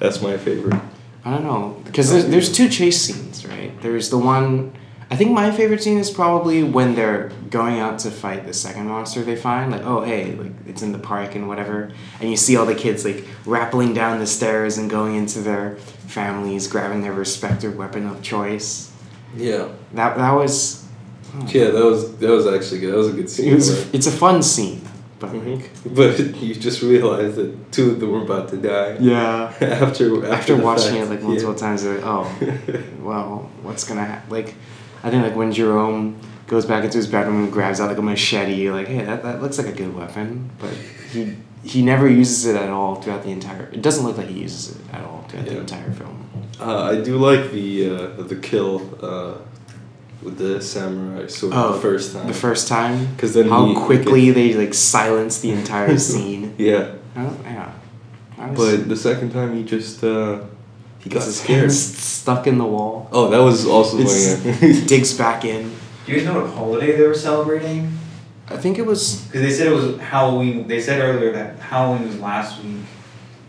[SPEAKER 2] that's my favorite.
[SPEAKER 3] I don't know because there's, there's two chase scenes, right? There's the one. I think my favorite scene is probably when they're going out to fight the second monster they find. Like, oh hey, like it's in the park and whatever, and you see all the kids like rappelling down the stairs and going into their families, grabbing their respective weapon of choice.
[SPEAKER 2] Yeah,
[SPEAKER 3] That that was.
[SPEAKER 2] yeah, that was that was actually good. That was a good scene.
[SPEAKER 3] It was,
[SPEAKER 2] right?
[SPEAKER 3] it's a fun scene, but like,
[SPEAKER 2] Mhm. But you just realize that two of them were about to die.
[SPEAKER 3] yeah.
[SPEAKER 2] After after,
[SPEAKER 3] After
[SPEAKER 2] the
[SPEAKER 3] watching
[SPEAKER 2] fact.
[SPEAKER 3] it like multiple
[SPEAKER 2] Yeah.
[SPEAKER 3] times, they're like, oh, well, what's gonna happen? Like, I think like when Jerome goes back into his bedroom and grabs out like a machete, you're like, hey, that, that looks like a good weapon, but he he never uses it at all throughout the entire. It doesn't look like he uses it at all throughout the
[SPEAKER 2] Yeah.
[SPEAKER 3] entire film.
[SPEAKER 2] Uh, I do like the uh, the kill uh, with the samurai sword the first time.
[SPEAKER 3] Oh, The first time.
[SPEAKER 2] 'Cause then
[SPEAKER 3] how
[SPEAKER 2] he-
[SPEAKER 3] quickly they like silence the entire scene.
[SPEAKER 2] Yeah,
[SPEAKER 3] I don't, yeah. I was-
[SPEAKER 2] but the second time he just uh, he got
[SPEAKER 3] gets his
[SPEAKER 2] scared.
[SPEAKER 3] hands stuck in the wall.
[SPEAKER 2] Oh, that was also
[SPEAKER 3] It's-
[SPEAKER 2] funny.
[SPEAKER 3] digs back in.
[SPEAKER 1] Do you guys know what holiday they were celebrating?
[SPEAKER 3] I think it was.
[SPEAKER 1] Because they said it was Halloween. They said earlier that Halloween was last week,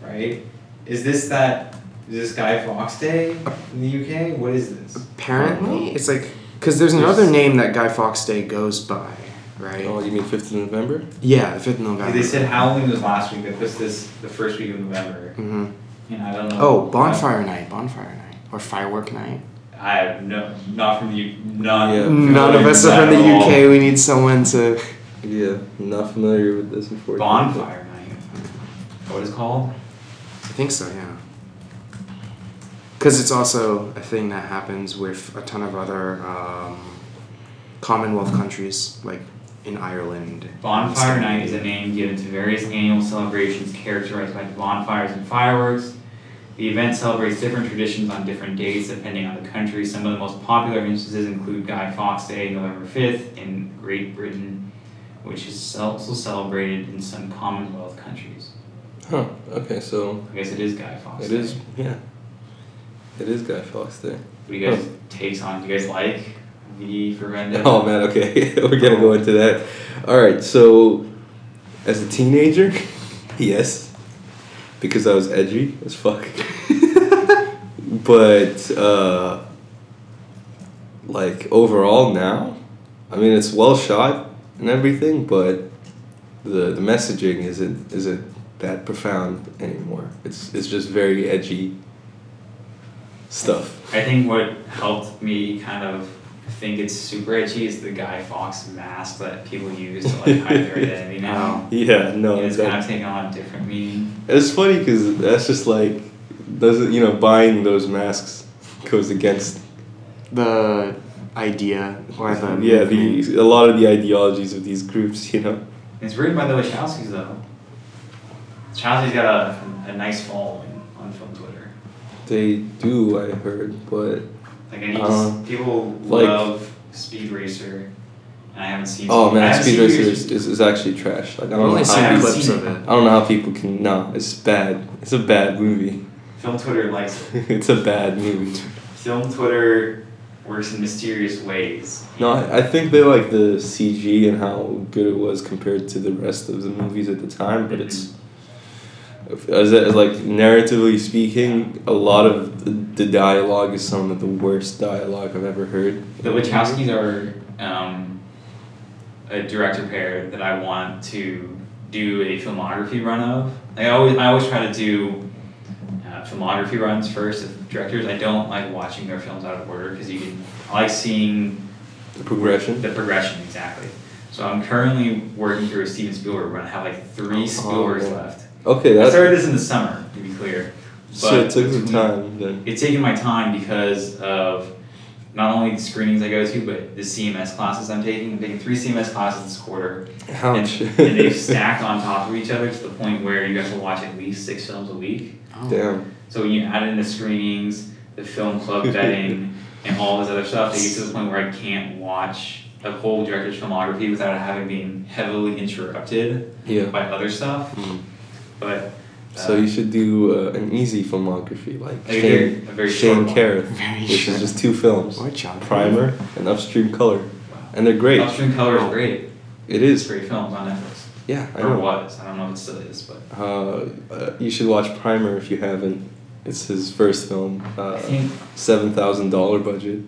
[SPEAKER 1] right? Is this that? Is this Guy Fox Day in the UK? What is this?
[SPEAKER 3] Apparently, it's like because there's another name that Guy Fawkes Day goes by, right?
[SPEAKER 2] oh, you mean fifth of November?
[SPEAKER 3] Yeah, the fifth of
[SPEAKER 1] 'Cause
[SPEAKER 3] November.
[SPEAKER 1] They said Halloween was last week. They put this the first week of November,
[SPEAKER 3] Mhm.
[SPEAKER 1] and I don't know.
[SPEAKER 3] Oh, bonfire night, bonfire night, or firework night.
[SPEAKER 1] I have no, not from the U. Not
[SPEAKER 2] Yeah.
[SPEAKER 3] Mm, None of us are from the UK. We need someone to.
[SPEAKER 2] Yeah, not familiar with this before.
[SPEAKER 1] Bonfire night. What is it called?
[SPEAKER 3] I think so, yeah. Because it's also a thing that happens with a ton of other um, Commonwealth countries, like in Ireland.
[SPEAKER 1] Bonfire night is a name given to various annual celebrations characterized by bonfires and fireworks. The event celebrates different traditions on different dates depending on the country. Some of the most popular instances include Guy Fawkes Day, November 5th, in Great Britain, which is also celebrated in some Commonwealth countries.
[SPEAKER 2] Huh. Okay, so
[SPEAKER 1] I guess it is Guy Fawkes
[SPEAKER 2] it
[SPEAKER 1] Day.
[SPEAKER 2] is. Yeah. It is Guy Fawkes Day.
[SPEAKER 1] What do you guys takes on? Do you guys like the Ferenda?
[SPEAKER 2] Oh man, okay, we're gonna go into that. All right, so as a teenager, yes, because I was edgy as fuck. but uh, like overall now, I mean it's well shot and everything, but the the messaging isn't isn't that profound anymore. It's it's just very edgy stuff.
[SPEAKER 1] I think what helped me kind of think it's super edgy is the Guy Fox mask that people use to like hide their identity now.
[SPEAKER 2] Yeah, Oh, no,
[SPEAKER 1] And it's
[SPEAKER 2] that-
[SPEAKER 1] kind of taking on a different meaning.
[SPEAKER 2] It's funny because that's just like doesn't you know buying those masks goes against
[SPEAKER 3] the idea or the
[SPEAKER 2] yeah
[SPEAKER 3] movement.
[SPEAKER 2] the a lot of the ideologies of these groups you know
[SPEAKER 1] It's written by the Wachowskis though. Wachowski's got a, a nice following on film Twitter.
[SPEAKER 2] they do I heard but
[SPEAKER 1] Like any
[SPEAKER 2] Uh,
[SPEAKER 1] people
[SPEAKER 2] like-
[SPEAKER 1] love Speed Racer, and I haven't seen.
[SPEAKER 2] oh
[SPEAKER 1] I
[SPEAKER 2] man
[SPEAKER 1] haven't
[SPEAKER 2] Speed
[SPEAKER 1] seen
[SPEAKER 2] Racer
[SPEAKER 1] Speed
[SPEAKER 2] is, is, is actually trash like I
[SPEAKER 3] I've
[SPEAKER 2] don't
[SPEAKER 3] only
[SPEAKER 2] know
[SPEAKER 1] seen
[SPEAKER 2] how
[SPEAKER 3] seen
[SPEAKER 1] haven't
[SPEAKER 2] people,
[SPEAKER 1] clips
[SPEAKER 3] clips
[SPEAKER 1] seen
[SPEAKER 3] of
[SPEAKER 1] of it.
[SPEAKER 2] I
[SPEAKER 3] it.
[SPEAKER 2] don't know how people can no it's bad it's a bad movie
[SPEAKER 1] Film Twitter likes it.
[SPEAKER 2] it's a bad movie
[SPEAKER 1] Film Twitter works in mysterious ways.
[SPEAKER 2] no I, I think they like the CG and how good it was compared to the rest of the movies at the time but it's as, as like narratively speaking, a lot of the, the dialogue is some of the worst dialogue I've ever heard.
[SPEAKER 1] The Wachowskis are um, a director pair that I want to do a filmography run of. Like I always, I always try to do uh, filmography runs first of directors. I don't like watching their films out of order because you can. I like seeing
[SPEAKER 2] The progression.
[SPEAKER 1] the progression exactly. So I'm currently working through a Steven Spielberg run. I have like three
[SPEAKER 2] Oh,
[SPEAKER 1] Spielbergs
[SPEAKER 2] yeah.
[SPEAKER 1] left.
[SPEAKER 2] Okay,
[SPEAKER 1] I
[SPEAKER 2] that's
[SPEAKER 1] started this in the summer, to be clear.
[SPEAKER 2] so it took some
[SPEAKER 1] between-
[SPEAKER 2] time then.
[SPEAKER 1] It's taken my time because of not only the screenings I go to, but the CMS classes I'm taking. I'm taking three CMS classes this quarter,
[SPEAKER 2] Ouch.
[SPEAKER 1] and, and they've stacked on top of each other to the point where you have to watch at least six films a week.
[SPEAKER 3] Oh.
[SPEAKER 2] Damn.
[SPEAKER 1] So when you add in the screenings, the film club vetting, and all this other stuff, it gets to the point where I can't watch a whole director's filmography without having been heavily interrupted
[SPEAKER 2] Yeah. Hmm.
[SPEAKER 1] by other stuff.
[SPEAKER 3] Mm.
[SPEAKER 1] But
[SPEAKER 2] So
[SPEAKER 1] uh,
[SPEAKER 2] you should do uh, an easy filmography like
[SPEAKER 1] Like a very-
[SPEAKER 2] Shane,
[SPEAKER 1] a very
[SPEAKER 2] Shane
[SPEAKER 1] short one.
[SPEAKER 2] Carruth,
[SPEAKER 3] Very
[SPEAKER 2] which
[SPEAKER 3] short.
[SPEAKER 2] is just two films,
[SPEAKER 3] What genre?
[SPEAKER 2] Primer and Upstream Color,
[SPEAKER 1] wow.
[SPEAKER 2] and they're great.
[SPEAKER 1] Upstream Color is great.
[SPEAKER 2] It
[SPEAKER 1] It's
[SPEAKER 2] is.
[SPEAKER 1] great films on Netflix.
[SPEAKER 2] Yeah, I
[SPEAKER 1] Or
[SPEAKER 2] know.
[SPEAKER 1] was. I don't know if it still is, but
[SPEAKER 2] Uh, uh, you should watch Primer if you haven't. It's his first film.
[SPEAKER 1] I
[SPEAKER 2] Uh,
[SPEAKER 1] think
[SPEAKER 2] Seven thousand dollar budget.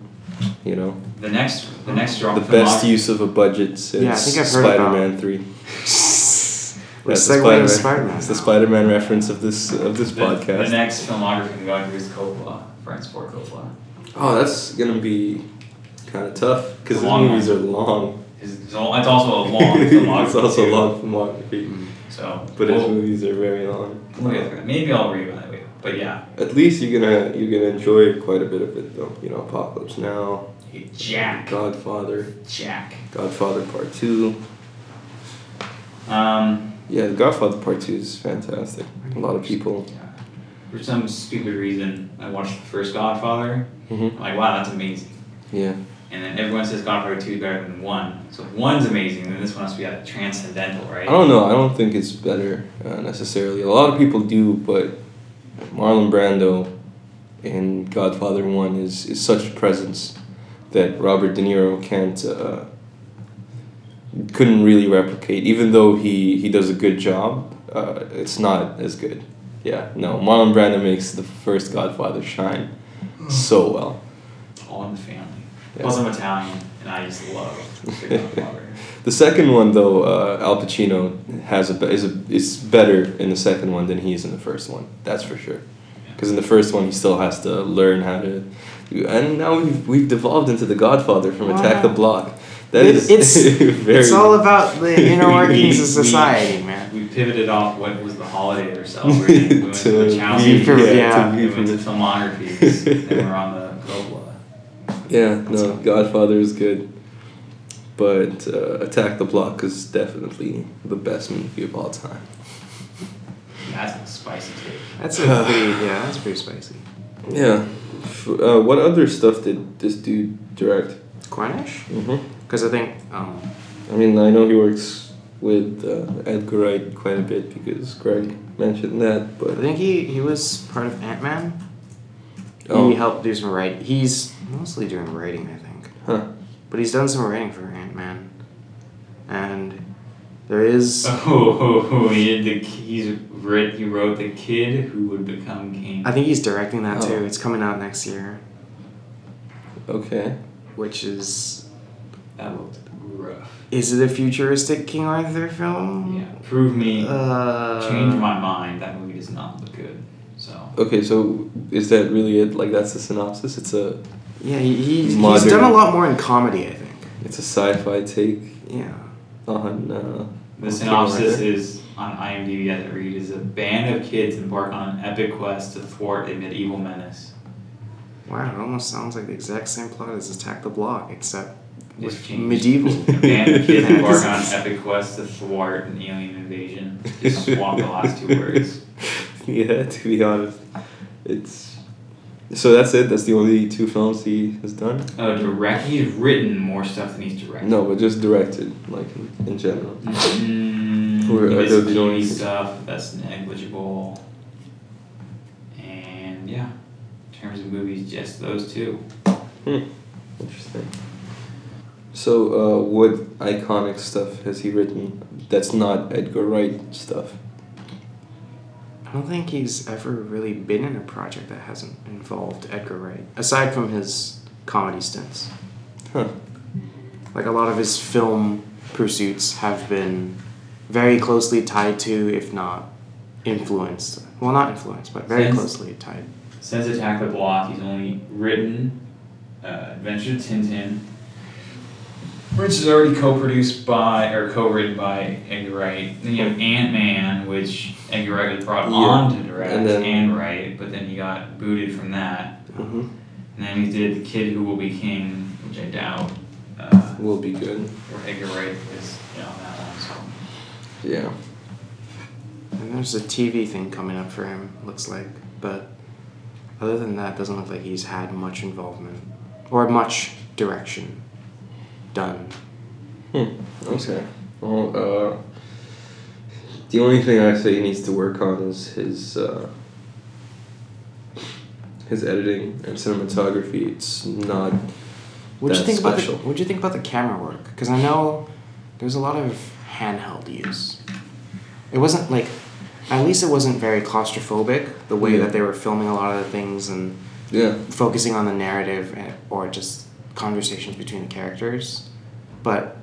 [SPEAKER 2] You know,
[SPEAKER 1] the next the next drop
[SPEAKER 2] the best use of a budget since
[SPEAKER 3] Yeah, I think I've heard about-
[SPEAKER 2] Spider-Man Three.
[SPEAKER 3] We're
[SPEAKER 2] That's the
[SPEAKER 3] segueing to
[SPEAKER 2] Spider-Man.
[SPEAKER 3] Spider-Man
[SPEAKER 2] It's the
[SPEAKER 3] now.
[SPEAKER 2] Spider-Man reference of this of this
[SPEAKER 1] the,
[SPEAKER 2] podcast.
[SPEAKER 1] The next filmography I'm going through is Coppola, Francis Ford Coppola.
[SPEAKER 2] Oh, that's gonna be kind of tough because his
[SPEAKER 1] Long one.
[SPEAKER 2] movies are long.
[SPEAKER 1] His, it's all- it's also a long filmography.
[SPEAKER 2] it's also
[SPEAKER 1] too.
[SPEAKER 2] long filmography,
[SPEAKER 3] Mm.
[SPEAKER 1] So,
[SPEAKER 2] but his
[SPEAKER 1] we'll-
[SPEAKER 2] movies are very long.
[SPEAKER 1] we'll get through it. maybe I'll reevaluate. But yeah,
[SPEAKER 2] At least you're gonna you're gonna enjoy quite a bit of it though. You know, Apocalypse Now,
[SPEAKER 1] Jack,
[SPEAKER 2] Godfather,
[SPEAKER 1] Jack.
[SPEAKER 2] Godfather Part Two.
[SPEAKER 1] Um,
[SPEAKER 2] Yeah, Godfather Part Two is fantastic. A lot of people.
[SPEAKER 1] yeah. for some stupid reason, I watched the first Godfather.
[SPEAKER 2] hmm
[SPEAKER 1] I'm like, wow, that's amazing.
[SPEAKER 2] Yeah,
[SPEAKER 1] And then everyone says Godfather Two is better than one. So if one's amazing, then this one has to be like, transcendental,
[SPEAKER 2] I
[SPEAKER 1] right?
[SPEAKER 2] don't know. I don't think it's better uh, necessarily. A lot of people do, but Marlon Brando in Godfather One is is such a presence that Robert De Niro can't uh, couldn't really replicate. Even though he he does a good job, uh, it's not as good. Yeah, no. Marlon Brando makes the first Godfather shine so well.
[SPEAKER 1] All in the family.
[SPEAKER 2] Yeah.
[SPEAKER 1] Plus, I'm Italian, and I just love the Godfather.
[SPEAKER 2] The second one though, uh, Al Pacino has a be- is a, is better in the second one than he is in the first one. That's for sure. Because in the first one, he still has to learn how to, and now we've we've devolved into the Godfather from Attack the
[SPEAKER 3] Wow.
[SPEAKER 2] Block. That
[SPEAKER 3] It-
[SPEAKER 2] is
[SPEAKER 3] it's-
[SPEAKER 2] very.
[SPEAKER 3] it's all about the inner workings of
[SPEAKER 1] We-
[SPEAKER 3] society, man.
[SPEAKER 1] we pivoted off what was the holiday or celebrating. We went to
[SPEAKER 2] To
[SPEAKER 1] Wachowski,
[SPEAKER 3] be from- yeah.
[SPEAKER 2] to
[SPEAKER 1] we
[SPEAKER 2] be
[SPEAKER 1] went to
[SPEAKER 2] from-
[SPEAKER 1] filmographies, and we're on the Coppola.
[SPEAKER 2] yeah, no, Godfather is good, but uh, Attack the Block is definitely the best movie of all time.
[SPEAKER 1] That's a spicy take.
[SPEAKER 3] That's a pretty yeah. That's pretty spicy.
[SPEAKER 2] Yeah, F- uh, what other stuff did this dude direct?
[SPEAKER 3] Cornish?
[SPEAKER 2] Mm-hmm.
[SPEAKER 3] Because I think um,
[SPEAKER 2] I mean, I know he works with uh, Edgar Wright quite a bit because Greg mentioned that,
[SPEAKER 3] I
[SPEAKER 2] but
[SPEAKER 3] think he he was part of Ant Man.
[SPEAKER 2] Oh.
[SPEAKER 3] He helped do some writing. He's mostly doing writing, I think.
[SPEAKER 2] huh.
[SPEAKER 3] But he's done some writing for Ant Man, and there is
[SPEAKER 1] Oh, oh, oh, he did the, he's writ, he wrote the kid who would become king.
[SPEAKER 3] I think he's directing that
[SPEAKER 2] Oh.
[SPEAKER 3] too. It's coming out next year,
[SPEAKER 2] Okay.
[SPEAKER 3] which is
[SPEAKER 1] That looked rough.
[SPEAKER 3] is it a futuristic King Arthur film?
[SPEAKER 1] Yeah, prove me,
[SPEAKER 3] Uh,
[SPEAKER 1] change my mind. That movie does not look good. So
[SPEAKER 2] Okay, so is that really it? Like that's the synopsis. It's a
[SPEAKER 3] Yeah, he, he, he's
[SPEAKER 2] Modern-
[SPEAKER 3] done a lot more in comedy, I think.
[SPEAKER 2] it's a sci-fi take
[SPEAKER 3] Yeah.
[SPEAKER 2] on. Uh,
[SPEAKER 1] the
[SPEAKER 2] Okay,
[SPEAKER 1] synopsis
[SPEAKER 2] right.
[SPEAKER 1] is on IMDb. I read is a band of kids embark on an epic quest to thwart a medieval menace.
[SPEAKER 3] Wow, it almost sounds like the exact same plot as Attack the Block, except
[SPEAKER 1] It's
[SPEAKER 3] with
[SPEAKER 1] changed.
[SPEAKER 3] medieval.
[SPEAKER 1] A band of kids
[SPEAKER 3] Yeah,
[SPEAKER 1] embark on an
[SPEAKER 3] this is-
[SPEAKER 1] epic quest to thwart an alien invasion. Just swap the last two words.
[SPEAKER 2] yeah, to be honest, it's. So that's it. That's the only two films he has done.
[SPEAKER 1] Oh, direct. He's written more stuff than he's directed.
[SPEAKER 2] No, but just directed, like in, in general.
[SPEAKER 1] Mm,
[SPEAKER 2] Or
[SPEAKER 1] he
[SPEAKER 2] are
[SPEAKER 1] does
[SPEAKER 2] there
[SPEAKER 1] TV
[SPEAKER 2] any-
[SPEAKER 1] stuff that's negligible. And yeah, in terms of movies, just those two.
[SPEAKER 2] Hmm. Interesting. So, uh, what iconic stuff has he written that's not Edgar Wright stuff?
[SPEAKER 3] I don't think he's ever really been in a project that hasn't involved Edgar Wright, aside from his comedy stints.
[SPEAKER 2] Huh.
[SPEAKER 3] Like a lot of his film pursuits have been very closely tied to, if not influenced. Well, not influenced, but very
[SPEAKER 1] Yes.
[SPEAKER 3] closely tied.
[SPEAKER 1] Since Attack the Block, he's only written uh, Adventure of Tintin, Which is already co-produced by or co-written by Edgar Wright. Then you have Ant Man, which Edgar Wright was brought
[SPEAKER 2] Yeah.
[SPEAKER 1] on to direct
[SPEAKER 2] And
[SPEAKER 1] and,
[SPEAKER 2] then-
[SPEAKER 1] write, but then he got booted from that.
[SPEAKER 3] Mm-hmm.
[SPEAKER 2] hmm
[SPEAKER 1] And then he did The Kid Who Will Be King, which I doubt uh,
[SPEAKER 2] Will be good.
[SPEAKER 1] where Edgar Wright was you know, on that one.
[SPEAKER 2] Yeah.
[SPEAKER 3] And there's a TV thing coming up for him, looks like. But other than that, doesn't look like he's had much involvement or much direction done.
[SPEAKER 2] Hmm. Okay. Well, uh, the only thing I say he needs to work on is his uh, his editing and cinematography. It's not.
[SPEAKER 3] What'd you
[SPEAKER 2] That's
[SPEAKER 3] think about the,
[SPEAKER 2] special.
[SPEAKER 3] What'd you think about the camera work? Because I know there's a lot of handheld use. It wasn't like, at least it wasn't very claustrophobic the way
[SPEAKER 2] Yeah.
[SPEAKER 3] that they were filming a lot of the things and
[SPEAKER 2] Yeah.
[SPEAKER 3] focusing on the narrative and, or just conversations between the characters. But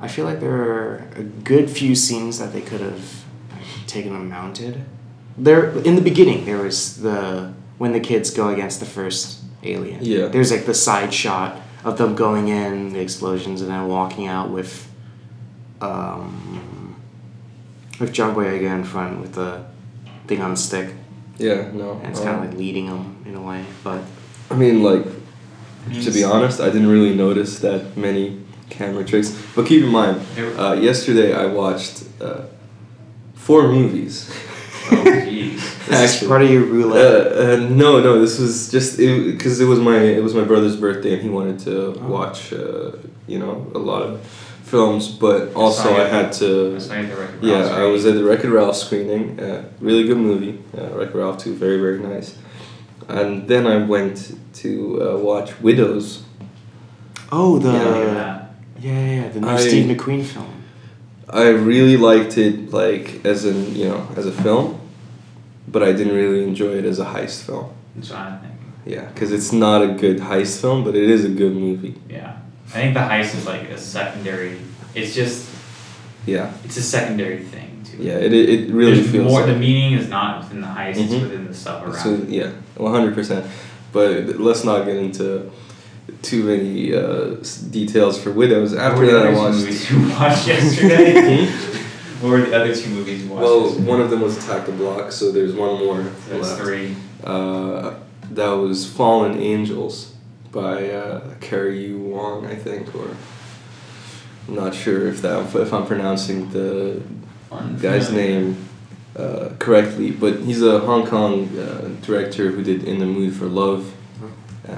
[SPEAKER 3] I feel like there are a good few scenes that they could have taken and mounted. There in the beginning there was the when the kids go against the first alien.
[SPEAKER 2] Yeah.
[SPEAKER 3] There's like the side shot of them going in, the explosions, and then walking out with um with John Boyega in front with the thing on the stick.
[SPEAKER 2] Yeah. No.
[SPEAKER 3] And it's
[SPEAKER 2] uh,
[SPEAKER 3] kinda like leading them in a way, but
[SPEAKER 2] I mean, like,
[SPEAKER 1] I mean,
[SPEAKER 2] to be
[SPEAKER 1] it's-
[SPEAKER 2] honest, I didn't really notice that many camera tricks. But keep in mind,
[SPEAKER 1] There were-
[SPEAKER 2] uh, yesterday I watched uh, four movies.
[SPEAKER 1] Oh jeez.
[SPEAKER 3] This is part of your roulette.
[SPEAKER 2] Uh, uh, no, no. This was just because it, was my it was my brother's birthday and he wanted to
[SPEAKER 3] Oh.
[SPEAKER 2] watch uh, you know a lot of films, but
[SPEAKER 1] I
[SPEAKER 2] also
[SPEAKER 1] saw
[SPEAKER 2] I
[SPEAKER 1] it.
[SPEAKER 2] had to
[SPEAKER 1] I saw you at the record
[SPEAKER 2] yeah,
[SPEAKER 1] Ralph's,
[SPEAKER 2] I
[SPEAKER 1] right?
[SPEAKER 2] was at the Wreck-It Ralph screening. Uh, really good movie. Uh, Wreck-It Ralph 2, very, very nice. And then I went to uh, watch Widows.
[SPEAKER 3] oh, the
[SPEAKER 1] Yeah,
[SPEAKER 3] yeah,
[SPEAKER 1] look at
[SPEAKER 3] yeah,
[SPEAKER 1] that.
[SPEAKER 3] yeah, the new
[SPEAKER 2] I-
[SPEAKER 3] Steve McQueen film.
[SPEAKER 2] I really liked it, like, as in, you know, as a film. But I didn't really enjoy it as a heist film.
[SPEAKER 1] That's what I'm thinking.
[SPEAKER 2] Yeah, because it's not a good heist film, but it is a good movie.
[SPEAKER 1] Yeah. I think the heist is like a secondary it's just
[SPEAKER 2] Yeah.
[SPEAKER 1] it's a secondary thing too.
[SPEAKER 2] Yeah, it, it it really
[SPEAKER 1] There's
[SPEAKER 2] feels...
[SPEAKER 1] more.
[SPEAKER 2] like-
[SPEAKER 1] The meaning is not within the heist;
[SPEAKER 2] Mhm.
[SPEAKER 1] it's within the sub around.
[SPEAKER 2] So yeah, one hundred percent. But let's not get into too many uh, s- details for widows. After
[SPEAKER 1] what were
[SPEAKER 2] that,
[SPEAKER 1] the
[SPEAKER 2] I
[SPEAKER 1] other two
[SPEAKER 2] watched.
[SPEAKER 1] movies you watched yesterday?
[SPEAKER 2] Hmm?
[SPEAKER 1] what were the other two movies you watched?
[SPEAKER 2] well,
[SPEAKER 1] yesterday?
[SPEAKER 2] one of them was Attack the Block, so there's one more
[SPEAKER 1] That's
[SPEAKER 2] left.
[SPEAKER 1] three.
[SPEAKER 2] Uh, that was Fallen Angels by uh, Carrie Yu Wong, I think, or I'm not sure if that if I'm pronouncing the guy's name uh, correctly, but he's a Hong Kong uh, director who did In the Mood for Love. Uh,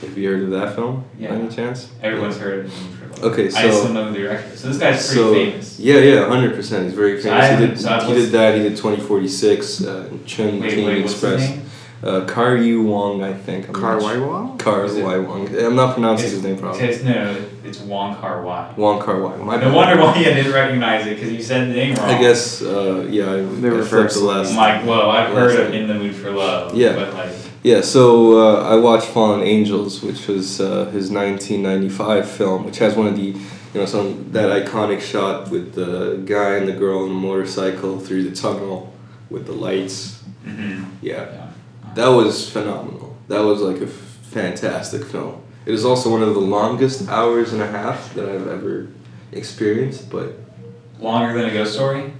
[SPEAKER 2] have you heard of that film by
[SPEAKER 1] Uh-huh. Yeah.
[SPEAKER 2] any chance?
[SPEAKER 1] Everyone's heard of him. for a
[SPEAKER 2] Okay,
[SPEAKER 1] while. I just
[SPEAKER 2] so-
[SPEAKER 1] don't know the director. So this guy's pretty
[SPEAKER 2] so,
[SPEAKER 1] famous.
[SPEAKER 2] Yeah, yeah, hundred percent. He's very
[SPEAKER 1] So
[SPEAKER 2] famous.
[SPEAKER 1] I-
[SPEAKER 2] he did,
[SPEAKER 1] so I
[SPEAKER 2] he
[SPEAKER 1] was-
[SPEAKER 2] did that. He did Twenty Forty Six, uh, Chun
[SPEAKER 1] Wait,
[SPEAKER 2] King
[SPEAKER 1] wait, what's his
[SPEAKER 2] Express.
[SPEAKER 1] name?
[SPEAKER 2] Uh, Kar Yu Wong, I think. I'm
[SPEAKER 3] Car
[SPEAKER 2] not sure.
[SPEAKER 3] Waiwa?
[SPEAKER 2] Kar
[SPEAKER 1] Is it-
[SPEAKER 2] Wai Wong. I'm not pronouncing
[SPEAKER 1] It's-
[SPEAKER 2] his name properly.
[SPEAKER 1] It's, no, it's Wong Kar Wai.
[SPEAKER 2] Wong Kar Wai. My
[SPEAKER 1] No
[SPEAKER 2] bad.
[SPEAKER 1] wonder why I didn't recognize it because you said the name wrong.
[SPEAKER 2] I guess. Uh, yeah, I,
[SPEAKER 3] They
[SPEAKER 2] I flipped
[SPEAKER 3] reversed
[SPEAKER 2] the
[SPEAKER 3] it.
[SPEAKER 2] last.
[SPEAKER 1] I'm like, whoa, I've
[SPEAKER 2] Last
[SPEAKER 1] heard of
[SPEAKER 2] name.
[SPEAKER 1] In the Mood for Love.
[SPEAKER 2] Yeah.
[SPEAKER 1] But like,
[SPEAKER 2] Yeah, so uh, I watched Fallen Angels, which was uh, his 1995 film, which has one of the, you know, some that iconic shot with the guy and the girl on the motorcycle through the tunnel with the lights.
[SPEAKER 1] mm-hmm.
[SPEAKER 2] Yeah, that was phenomenal. That was like a f- fantastic film. It is also one of the longest hours and a half that I've ever experienced, but
[SPEAKER 1] Longer than a ghost story?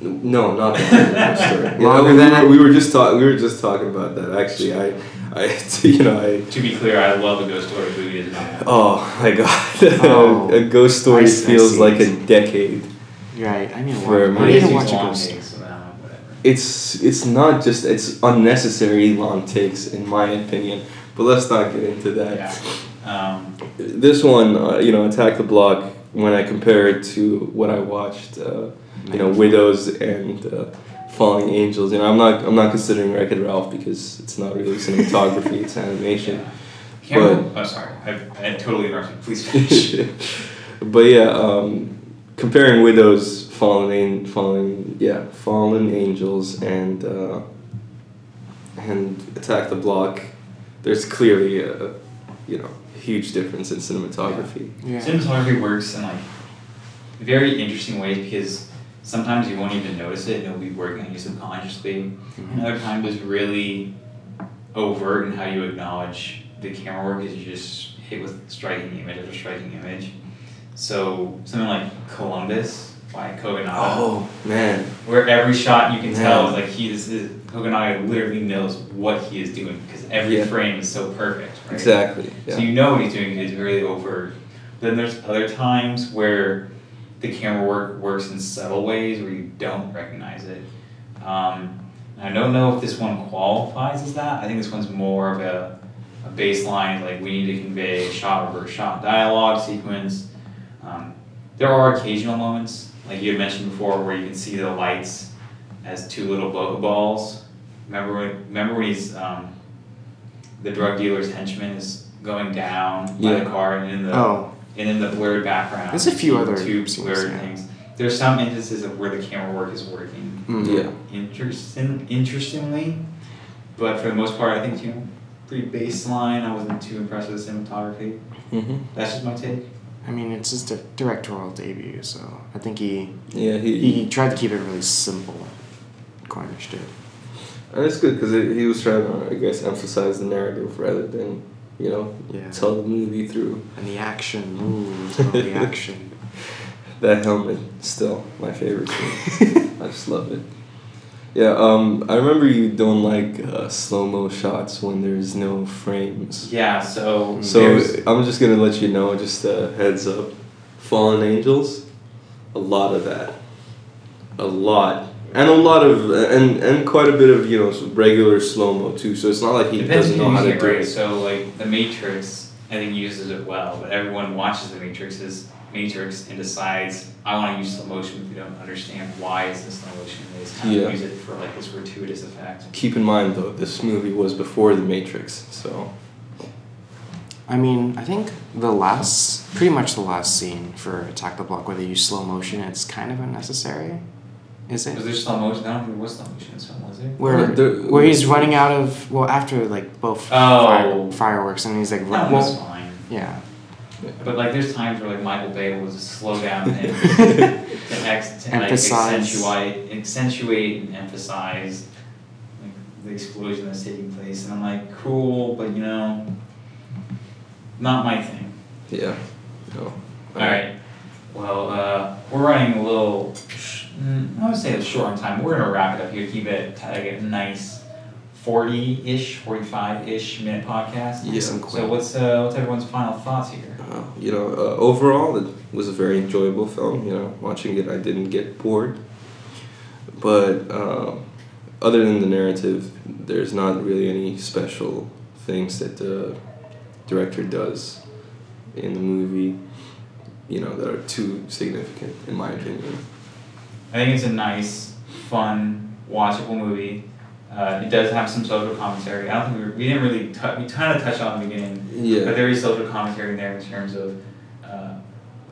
[SPEAKER 2] no, not that story. Yeah,
[SPEAKER 3] Longer
[SPEAKER 2] we,
[SPEAKER 3] than
[SPEAKER 2] were-
[SPEAKER 3] I-
[SPEAKER 2] we were just talking. We were just talking about that actually. I, I, you know, I.
[SPEAKER 1] To be clear, I love a ghost story movie as well.
[SPEAKER 2] Oh my god.
[SPEAKER 3] Oh.
[SPEAKER 2] a ghost story
[SPEAKER 3] I see- I
[SPEAKER 2] feels
[SPEAKER 3] see.
[SPEAKER 2] like a decade.
[SPEAKER 3] You're right. I need to watch,
[SPEAKER 2] For
[SPEAKER 3] I need to
[SPEAKER 2] amazing
[SPEAKER 3] watch a
[SPEAKER 1] long
[SPEAKER 3] ghost.
[SPEAKER 1] takes, so now, whatever.
[SPEAKER 2] It's it's not just it's unnecessary long takes in my opinion. But let's not get into that.
[SPEAKER 1] Yeah. Um,
[SPEAKER 2] This one, uh, you know, Attack the Block when I compare it to what I watched uh, you know, Widows and uh, Falling Angels. You know, I'm not I'm not considering Wreck-It Ralph because it's not really cinematography, it's animation.
[SPEAKER 1] yeah. Camera, oh, sorry. I, I totally interrupted. Please finish.
[SPEAKER 2] but yeah, um, comparing widows, fallen, an- fallen, yeah, fallen angels, and uh, and attack the block. There's clearly a, you know, huge difference in cinematography.
[SPEAKER 3] Yeah.
[SPEAKER 1] Cinematography works in like very interesting ways because sometimes you won't even notice it and it'll be working on you subconsciously.
[SPEAKER 2] Mm-hmm.
[SPEAKER 1] And other times it's really overt in how you acknowledge the camera work is you just hit with striking image after striking image. So something like Columbus by Kogonaga,
[SPEAKER 2] Oh man,
[SPEAKER 1] where every shot you can
[SPEAKER 2] Yeah.
[SPEAKER 1] tell is like he is, is Kogonaga literally knows what he is doing because every
[SPEAKER 2] Yeah.
[SPEAKER 1] frame is so perfect, right?
[SPEAKER 2] exactly. Yeah.
[SPEAKER 1] So you know what he's doing. He's really over. Then there's other times where the camera work works in subtle ways where you don't recognize it. Um, I don't know if this one qualifies as that. I think this one's more of a, a baseline. Like we need to convey shot over shot dialogue sequence. Um, there are occasional moments, like you had mentioned before, where you can see the lights as two little bokeh balls. Remember when? Remember when he's um, the drug dealer's henchman is going down by
[SPEAKER 2] Yeah.
[SPEAKER 1] the car and in the
[SPEAKER 3] Oh,
[SPEAKER 1] and in the blurred background.
[SPEAKER 3] There's a few
[SPEAKER 1] two-
[SPEAKER 3] other
[SPEAKER 1] two
[SPEAKER 3] scenes,
[SPEAKER 1] blurred
[SPEAKER 3] yeah.
[SPEAKER 1] things. There's some instances of where the camera work is working
[SPEAKER 3] mm.
[SPEAKER 2] Yeah.
[SPEAKER 1] interesting, interestingly, but for the most part, I think it's you know pretty baseline. I wasn't too impressed with the cinematography.
[SPEAKER 2] hmm
[SPEAKER 1] That's just my take.
[SPEAKER 3] I mean, it's his di- directorial debut, so I think he
[SPEAKER 2] Yeah,
[SPEAKER 3] he tried to keep it really simple. Cornish did.
[SPEAKER 2] And it's good because he was trying to, I guess, emphasize the narrative rather than, you know,
[SPEAKER 3] Yeah.
[SPEAKER 2] tell the movie through.
[SPEAKER 3] And the action, ooh, it's all the action.
[SPEAKER 2] That helmet, still my favorite scene. I just love it. Yeah, um, I remember you don't like uh, slow mo shots when there's no frames.
[SPEAKER 1] Yeah. So
[SPEAKER 2] So
[SPEAKER 1] there's-
[SPEAKER 2] I'm just gonna let you know, just a heads up. Fallen Angels, a lot of that, a lot, and a lot of, and and quite a bit of you know regular slow mo too. So it's not like he
[SPEAKER 1] Depends
[SPEAKER 2] doesn't
[SPEAKER 1] who
[SPEAKER 2] know how to
[SPEAKER 1] uses
[SPEAKER 2] do
[SPEAKER 1] it, right?
[SPEAKER 2] it.
[SPEAKER 1] So like the Matrix, I think uses it well, but everyone watches the Matrix as Matrix and decides I want to use slow motion, but they don't understand why is this slow motion. They just kind
[SPEAKER 2] Yeah.
[SPEAKER 1] of use it for like this gratuitous effect.
[SPEAKER 2] Keep in mind though, this movie was before The Matrix, so
[SPEAKER 3] I mean, I think the last, pretty much the last scene for Attack the Block where they use slow motion, it's kind of unnecessary, is it?
[SPEAKER 1] Was there slow motion? I don't think there was slow motion in this film, was there?
[SPEAKER 3] Where
[SPEAKER 2] Yeah, there-
[SPEAKER 3] where he's running out of well after like both
[SPEAKER 1] Oh.
[SPEAKER 3] fire, fireworks and he's like
[SPEAKER 1] That
[SPEAKER 3] run,
[SPEAKER 1] one was
[SPEAKER 3] well,
[SPEAKER 1] fine.
[SPEAKER 3] yeah
[SPEAKER 1] But like, there's times where like Michael Bay will just slow down and to, ex- to like
[SPEAKER 3] Emphasize.
[SPEAKER 1] accentuate, accentuate and emphasize like the explosion that's taking place, and I'm like, cool, but you know, not my thing.
[SPEAKER 2] yeah, no.
[SPEAKER 1] All right. Well, uh, we're running a little. Sh- mm, I would say it's short on time. We're gonna wrap it up here. Keep it t- like a nice forty-ish, forty-five-ish minute podcast.
[SPEAKER 2] Yeah.
[SPEAKER 1] So
[SPEAKER 3] Some quick.
[SPEAKER 1] what's uh, what's everyone's final thoughts here?
[SPEAKER 2] Uh, you know, uh, overall, it was a very enjoyable film. You know, watching it, I didn't get bored. But um other than the narrative, there's not really any special things that the director does in the movie. You know, that are too significant, in my opinion.
[SPEAKER 1] I think it's a nice, fun, watchable movie. Uh, it does have some social commentary. I don't think we, we didn't really tou- we kind of touched on it in the beginning, but
[SPEAKER 2] Yeah.
[SPEAKER 1] there is social commentary in there in terms of, uh,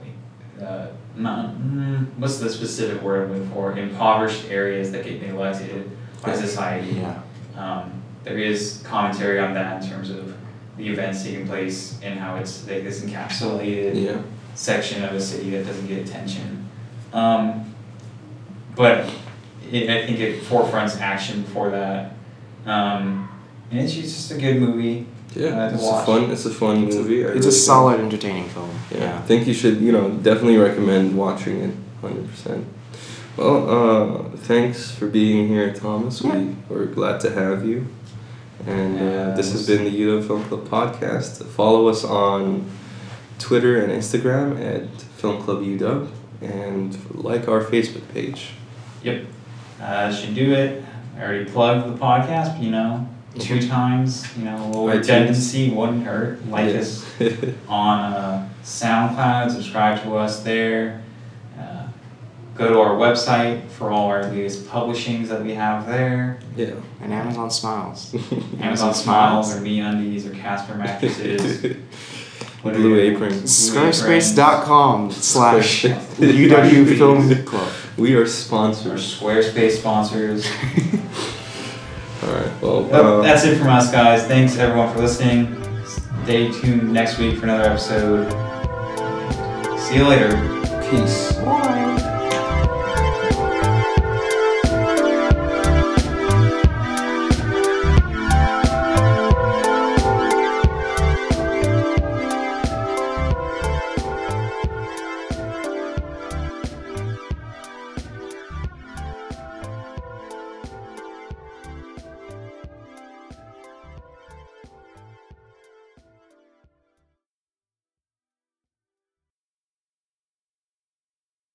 [SPEAKER 1] like, uh, not mm, what's the specific word I'm looking for? Impoverished areas that get neglected by society.
[SPEAKER 3] yeah
[SPEAKER 1] Um, there is commentary on that in terms of the events taking place and how it's like this encapsulated
[SPEAKER 2] Yeah.
[SPEAKER 1] section of a city that doesn't get attention. Um, but it, I think it forefronts action for that. Um, and it's just a good movie.
[SPEAKER 2] Yeah.
[SPEAKER 1] Uh, to
[SPEAKER 2] It's a
[SPEAKER 1] watch.
[SPEAKER 2] fun. It's a fun movie. I
[SPEAKER 3] it's a
[SPEAKER 2] really-
[SPEAKER 3] solid entertaining film
[SPEAKER 2] Yeah, I
[SPEAKER 3] yeah,
[SPEAKER 2] think you should, you know, definitely recommend watching it 100%. Well, uh, thanks for being here, Thomas.
[SPEAKER 3] Yeah.
[SPEAKER 2] We, we're glad to have you. And uh, this has
[SPEAKER 1] Yes.
[SPEAKER 2] been the UW Film Club podcast. Follow us on Twitter and Instagram at Film Club UW and like our Facebook page.
[SPEAKER 1] Yep. Uh, should do it. I already plugged the podcast, you know, two times, you know, a little
[SPEAKER 2] iTunes.
[SPEAKER 1] redundancy wouldn't hurt. Like
[SPEAKER 2] Yeah.
[SPEAKER 1] us on uh, SoundCloud, subscribe to us there. Uh, go to our website for all our latest publishings that we have there.
[SPEAKER 2] yeah.
[SPEAKER 3] and Amazon smiles
[SPEAKER 1] Amazon Smiles or Me Undies or Casper mattresses. What are
[SPEAKER 2] Blue
[SPEAKER 1] your-
[SPEAKER 2] Apron.
[SPEAKER 1] Blue
[SPEAKER 3] squarespace.com slash
[SPEAKER 2] Squarespace.
[SPEAKER 3] UW Film Club
[SPEAKER 2] we are
[SPEAKER 1] Aprons Or
[SPEAKER 2] sponsors.
[SPEAKER 1] Squarespace sponsors.
[SPEAKER 2] Uh, All right. Well,
[SPEAKER 1] Well,
[SPEAKER 2] uh,
[SPEAKER 1] that's it from us, guys. Thanks everyone for listening. Stay tuned next week for another episode. See you later.
[SPEAKER 2] peace.
[SPEAKER 3] Bye.